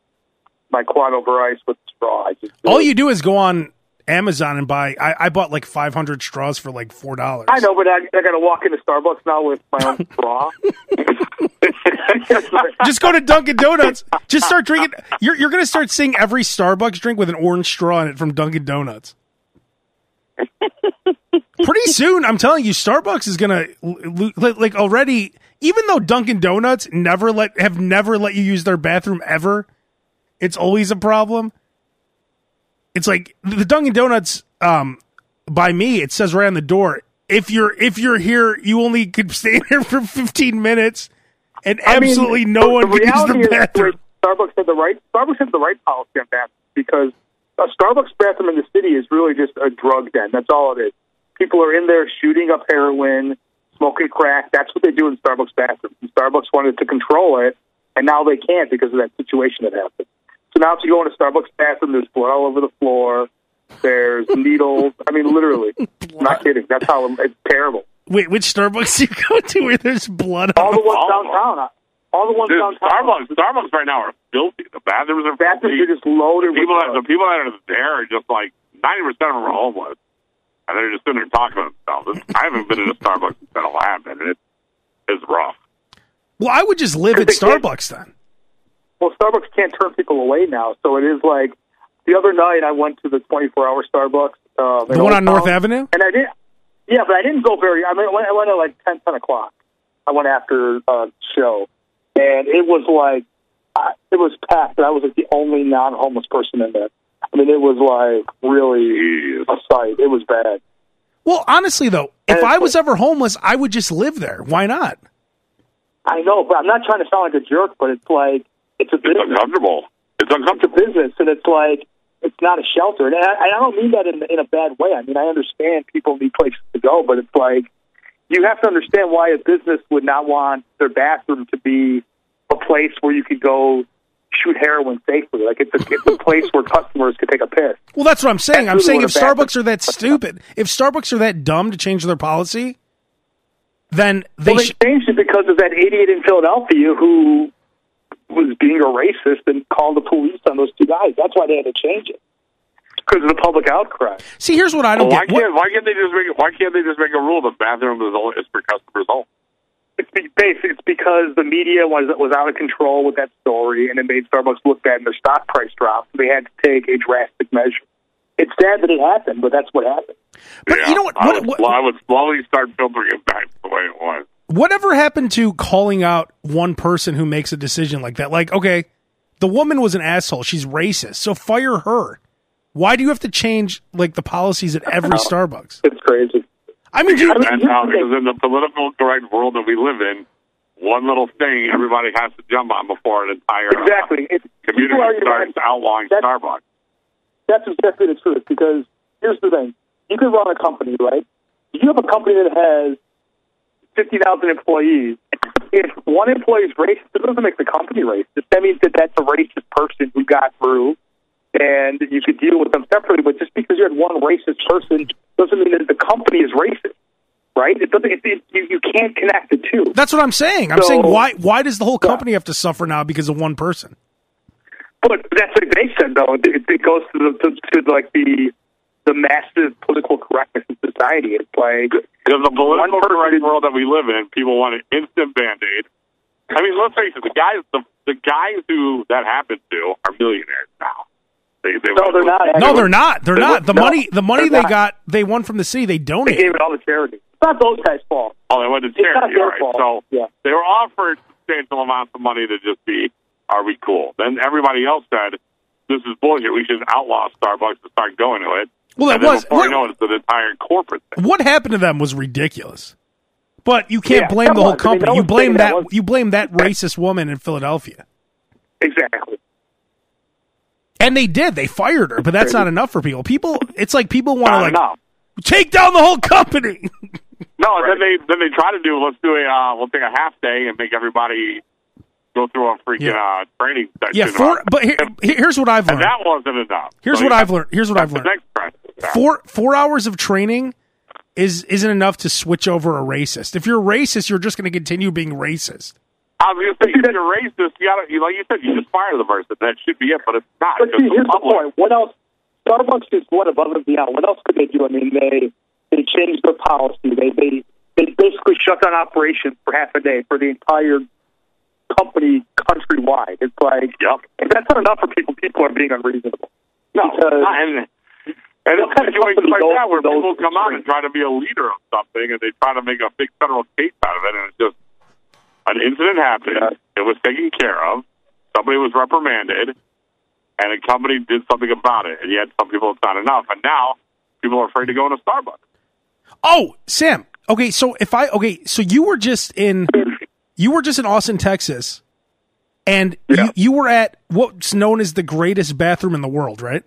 B: my quad over ice with straw. I just
A: All you do is go on Amazon and buy. I, I bought like 500 straws for like $4.
B: I know, but I, I got to walk into Starbucks now with my (laughs) own straw.
A: just go to Dunkin' Donuts. Just start drinking. You're you're gonna start seeing every Starbucks drink with an orange straw in it from Dunkin'
B: (laughs)
A: Donuts. Pretty soon, I'm telling you, Starbucks is gonna l- l- li- like already. Even though Dunkin' Donuts never let have never let you use their bathroom ever, it's always a problem. It's like the Dunkin' Donuts um, by me. It says right on the door. If you're if you're here, you only could (laughs) stay here for 15 minutes, and
B: I mean,
A: absolutely no
B: the-
A: one
B: the
A: could use
B: reality
A: the
B: is
A: bathroom.
B: Starbucks had the right. Starbucks had the right policy on bathrooms because a Starbucks bathroom in the city is really just a drug den. That's all it is. People are in there shooting up heroin, smoking crack. That's what they do in Starbucks bathrooms. And Starbucks wanted to control it, and now they can't because of that situation that happened. So now, if you go in a Starbucks bathroom, there's blood all over the floor. There's (laughs) needles. I mean, literally. I'm not kidding. That's how it's terrible.
A: (laughs) Wait, which Starbucks do you go to where there's blood?
B: All
A: On?
B: the ones
C: All of them.
B: downtown. All the ones
C: Dude,
B: downtown.
C: Starbucks, Starbucks right now are filthy. The bathrooms are
B: Bathrooms
C: filthy.
B: are just loaded
C: the people
B: with
C: that the people that are there are just like ninety percent of them are homeless, and they're just sitting there talking to themselves. It's- I haven't been in a Starbucks since that'll happen, and it is rough.
A: Well, I would just live at
B: They can't-
A: Starbucks then.
B: Well, Starbucks can't turn people away now, so it is like the other night I went to the 24-hour Starbucks. Uh,
A: The one on North Avenue?
B: and I did. Yeah, but I didn't go very. I mean, I went, I went at like 10, 10 o'clock. I went after uh, show, and it was like I, it was packed, and I was like the only non-homeless person in there. I mean, it was like really a sight. It was bad.
A: Well, honestly though, if
B: And-
A: I was ever homeless, I would just live there. Why not?
B: I know, but I'm not trying to sound like a jerk, but it's like it's a
C: It's
B: business.
C: uncomfortable. It's
B: it's a
C: uncomfortable.
B: business, and it's like it's not a shelter. And I, I don't mean that in, in a bad way. I mean I understand people need places to go, but it's like you have to understand why a business would not want their bathroom to be a place where you could go shoot heroin safely. Like it's a, it's a place where customers could take a piss.
A: Well, that's what I'm saying. I'm
B: That's
A: saying
B: really
A: if
B: what a bad-
A: Starbucks are that stupid, if Starbucks are that dumb to change their policy, then they
B: well, they
A: should.
B: changed it because of that idiot in Philadelphia who was being a racist and called the police on those two guys. That's why they had to change it because of the public outcry.
A: See, here's what I
B: Oh,
A: don't
C: Well, why
A: get. What-
C: can't why can't they just make why can't they just make a rule the bathroom is only is for customers only?
B: It's be- based. It's because the media was was out of control with that story, and it made Starbucks look bad, and their stock price dropped. They had to take a drastic measure. It's sad that it happened, but that's what happened.
A: But
C: Yeah,
A: you know what?
C: I
A: what-
C: would,
A: what-
C: well, I would slowly start filtering it back to the way it was.
A: whatever happened to calling out one person who makes a decision like that? Like, okay, the woman was an asshole. She's racist. So fire her. Why do you have to change like the policies at every Starbucks?
B: It's crazy.
A: I mean, dude,
C: And now, because in the political correct world that we live in, one little thing everybody has to jump on before an entire uh,
B: Exactly. It's,
C: community
B: people argue
C: starts
B: about it.
C: outlawing
B: That's-
C: Starbucks.
B: That's exactly the truth. Because here's the thing: you can run a company, right? You have a company that has fifty thousand employees. If one employee is racist, it doesn't make the company racist. That means that that's a racist person who got through, and you could deal with them separately. But just because you had one racist person doesn't mean that the company is racist, right? It doesn't. It, it, you, you can't connect the two.
A: that's what I'm saying. I'm
B: So-
A: saying why why does the whole company have to suffer now because of one person?
B: But that's what they said, though. It, it goes to the to, to like the the massive political correctness in society. It's like
C: Because the political
B: One person
C: correct
B: is-
C: world that we live in, people want an instant band aid. I mean, let's face it, the guys the, the guys who that happened to are millionaires now. They, they
B: No, they're not.
A: No, they're not. They're not. The
B: No,
A: money the money
B: they're
A: they
B: not.
A: got they won from the city. They
B: They gave
A: donated.
B: it all to charity. It's not those guys' fault.
C: Oh, they went to
B: not
C: charity,
B: their
C: all right.
B: fault.
C: So
B: Yeah.
C: they were offered substantial amounts of money to just be, are we cool? Then everybody else said, this is bullshit. We should outlaw Starbucks and start going to it.
A: Well, that
C: and then
A: was-
C: Before
A: what-
C: you know it, it's an entire corporate thing.
A: What happened to them was ridiculous. But you can't
B: Yeah,
A: blame
B: that
A: the whole
B: was- I mean,
A: company.
B: that
A: you
B: was
A: blame
B: taken-
A: that
B: that was-
A: you blame that racist woman in Philadelphia.
B: Exactly.
A: And they did. They fired her, but that's not enough for people. People, it's like people want to
C: Not
A: like
C: enough.
A: take down the whole
C: (laughs)
A: company.
C: No, and then they then they try to do let's do a uh, we'll take a half day and make everybody go through a freaking
A: Yeah.
C: uh, training session.
A: yeah, four.
C: on-
A: But here, here's what I've
C: and
A: learned.
C: that wasn't enough.
A: Here's
C: So
A: what
C: you
A: I've
C: have
A: learned. Here's what I've
C: the
A: learned.
C: next crisis.
A: Four four hours of training is isn't enough to switch over a racist. If you're racist, you're just going to continue being racist.
C: I was gonna say if you're racist, you gotta you, like you said, you just fire the person. That should be it, but it's not.
B: But
C: because
B: see, here's the
C: public-
B: point. What else? Starbucks is what above and beyond. What else could they do? I mean, they they changed their policy. They they they basically shut down operations for half a day for the entire company countrywide. It's like,
C: Yep.
B: if that's not enough for people, people are being unreasonable.
C: No,
B: Because-
C: and and it's
B: What kind of
C: situations
B: company
C: like
B: goes
C: that where
B: to those
C: people come out and
B: extremes?
C: try to be a leader of something, and they try to make a big federal case out of it, and it's just an incident happened. It was taken care of. Somebody was reprimanded, and a company did something about it. And yet, some people it's not enough, and now people are afraid to go into Starbucks.
A: Oh, Sam. Okay, so if I okay, so you were just in you were just in Austin, Texas, and
B: Yeah.
A: you, you were at what's known as the greatest bathroom in the world, right?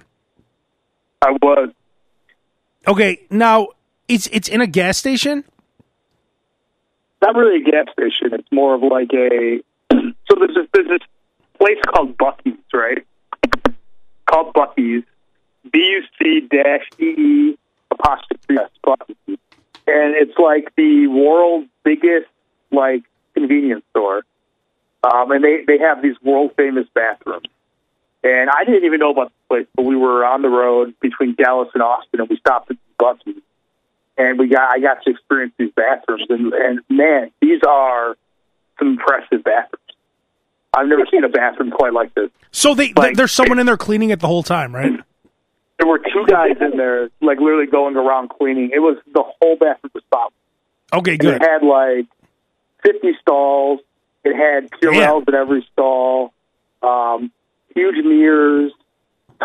B: I was.
A: Okay, now it's it's in a gas station.
B: not really a gas station. It's more of like a (clears throat) so there's this there's this place called Bucky's, right? Called Bucky's, B U C dash E E apostrophe S Bucky's, and it's like the world's biggest like convenience store. Um, and they, they have these world famous bathrooms. And I didn't even know about this place, but we were on the road between Dallas and Austin, and we stopped at Bucky's, and we got I got to experience these bathrooms, and, and man, these are some impressive bathrooms. I've never seen a bathroom quite like this.
A: So they,
B: Like-
A: there's someone in there cleaning it the whole time, right?
B: There were two guys in there, like literally going around cleaning. It was the whole bathroom was spotless.
A: Okay,
B: And it
A: good.
B: had like 50 stalls. It had Purells in every stall, um, huge mirrors,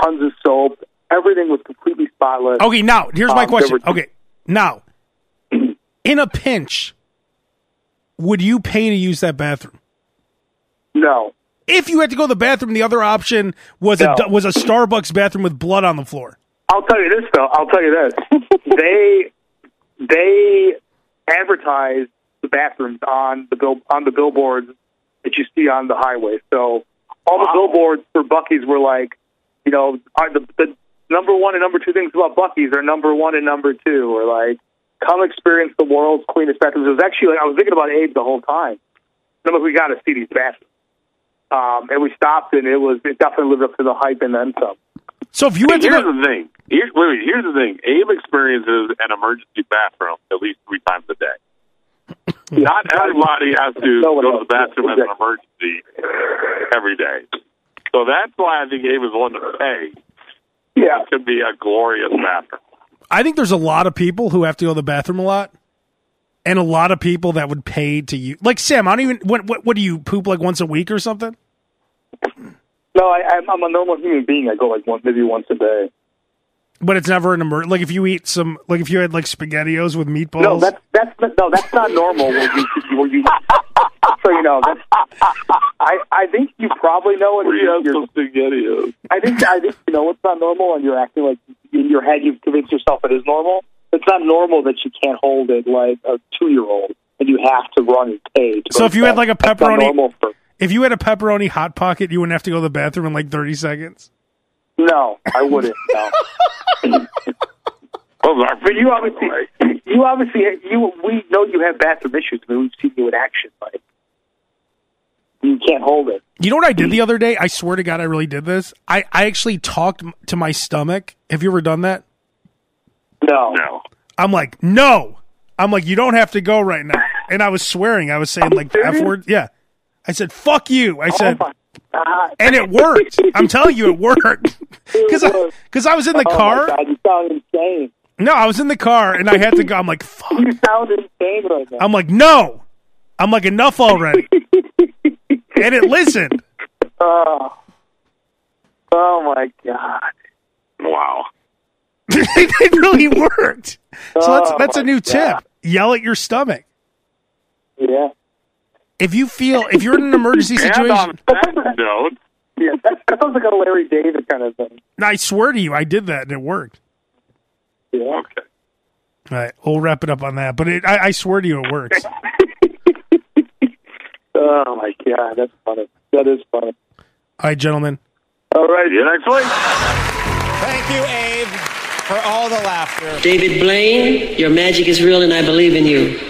B: tons of soap. Everything was completely spotless.
A: Okay, now here's
B: Um,
A: my
B: there
A: question.
B: were-
A: okay, now in a pinch, would you pay to use that bathroom?
B: No,
A: If you had to go to the bathroom, the other option was
B: No.
A: a was a Starbucks bathroom with blood on the floor.
B: I'll tell you this though. I'll tell you this. they they advertise the bathrooms on the bill on the billboards that you see on the highway. So all the billboards for Bucky's were like, you know, are the, the number one and number two things about Bucky's are number one and number two, or like come experience the world's cleanest bathrooms. It was actually like I was thinking about Abe the whole time. And I'm like, we got to see these bathrooms. Um, and we stopped, and it was it definitely lived up to the hype and then some.
A: So if you
C: Hey,
A: had to
C: here's
A: go,
C: the thing. Here, wait, wait, here's the thing. Abe experiences an emergency bathroom at least three times a day. Not everybody has to
B: No one
C: go to
B: else.
C: the bathroom as an
B: Exactly.
C: emergency every day. So that's why I think Abe is willing to pay.
B: Yeah,
C: It could be a glorious bathroom.
A: I think there's a lot of people who have to go to the bathroom a lot, and a lot of people that would pay to you. Like Sam, I don't even. What what, what do you poop like once a week or something?
B: No, I, I'm, I'm a normal human being. I go like one, maybe once a day.
A: But it's never an emer. Like if you eat some, like if you had like spaghettios with meatballs.
B: No, that's that's not- no, that's not normal. Where you, where you, (laughs) so you know, that's, I I think you probably know
C: Where do you
B: it.
C: have
B: You're,
C: some spaghetti?
B: I think I think you know it's not normal, and you're acting like in your head you've convinced yourself it is normal. It's not normal that you can't hold it like a two year old, and you have to run and pay. to
A: So
B: go
A: if you had,
B: back.
A: like, a
B: That's not
A: pepperoni-
B: normal for,
A: If you had a pepperoni hot pocket, you wouldn't have to go to the bathroom in like 30 seconds.
B: no, I wouldn't.
A: (laughs)
B: No.
C: Those are
B: But you obviously, (clears throat) you obviously, you we know you have bathroom issues. I mean, we've seen you in action, like you can't hold it.
A: You know what I did the other day? I swear to God, I really did this. I, I actually talked m- to my stomach. Have you ever done that?
B: No,
C: No.
A: I'm like, no. I'm like, you don't have to go right now. And I was swearing. I was saying like the F
B: serious?
A: word. Yeah. I said, fuck you. I
B: Oh
A: said,
B: my God.
A: and it worked. I'm telling you, it worked. (laughs) Because I, 'cause I was in the
B: Oh my
A: car.
B: God, you sound insane.
A: No, I was in the car and I had to go. I'm like, fuck.
B: You sound insane right now.
A: I'm like, no. I'm like, enough already.
B: (laughs)
A: and it listened. (laughs)
B: oh. oh my God.
C: Wow.
A: it really worked. So that's
B: Oh,
A: that's a
B: my
A: new tip.
B: God.
A: Yell at your stomach.
B: Yeah,
A: If you feel if you're in an emergency
C: And
A: situation,
C: on that note,
B: yeah. That, that sounds like a Larry David kind of thing.
A: I swear to you, I did that and it worked.
B: Yeah.
C: okay.
A: All right, we'll wrap it up on that. But it, I, I swear to you,
B: (laughs)
A: it works.
B: Oh my God, that's funny. That is funny.
A: All right, gentlemen.
B: All right.
C: See you next week.
D: Thank you, Abe, for all the laughter.
E: David Blaine, your magic is real and I believe in you.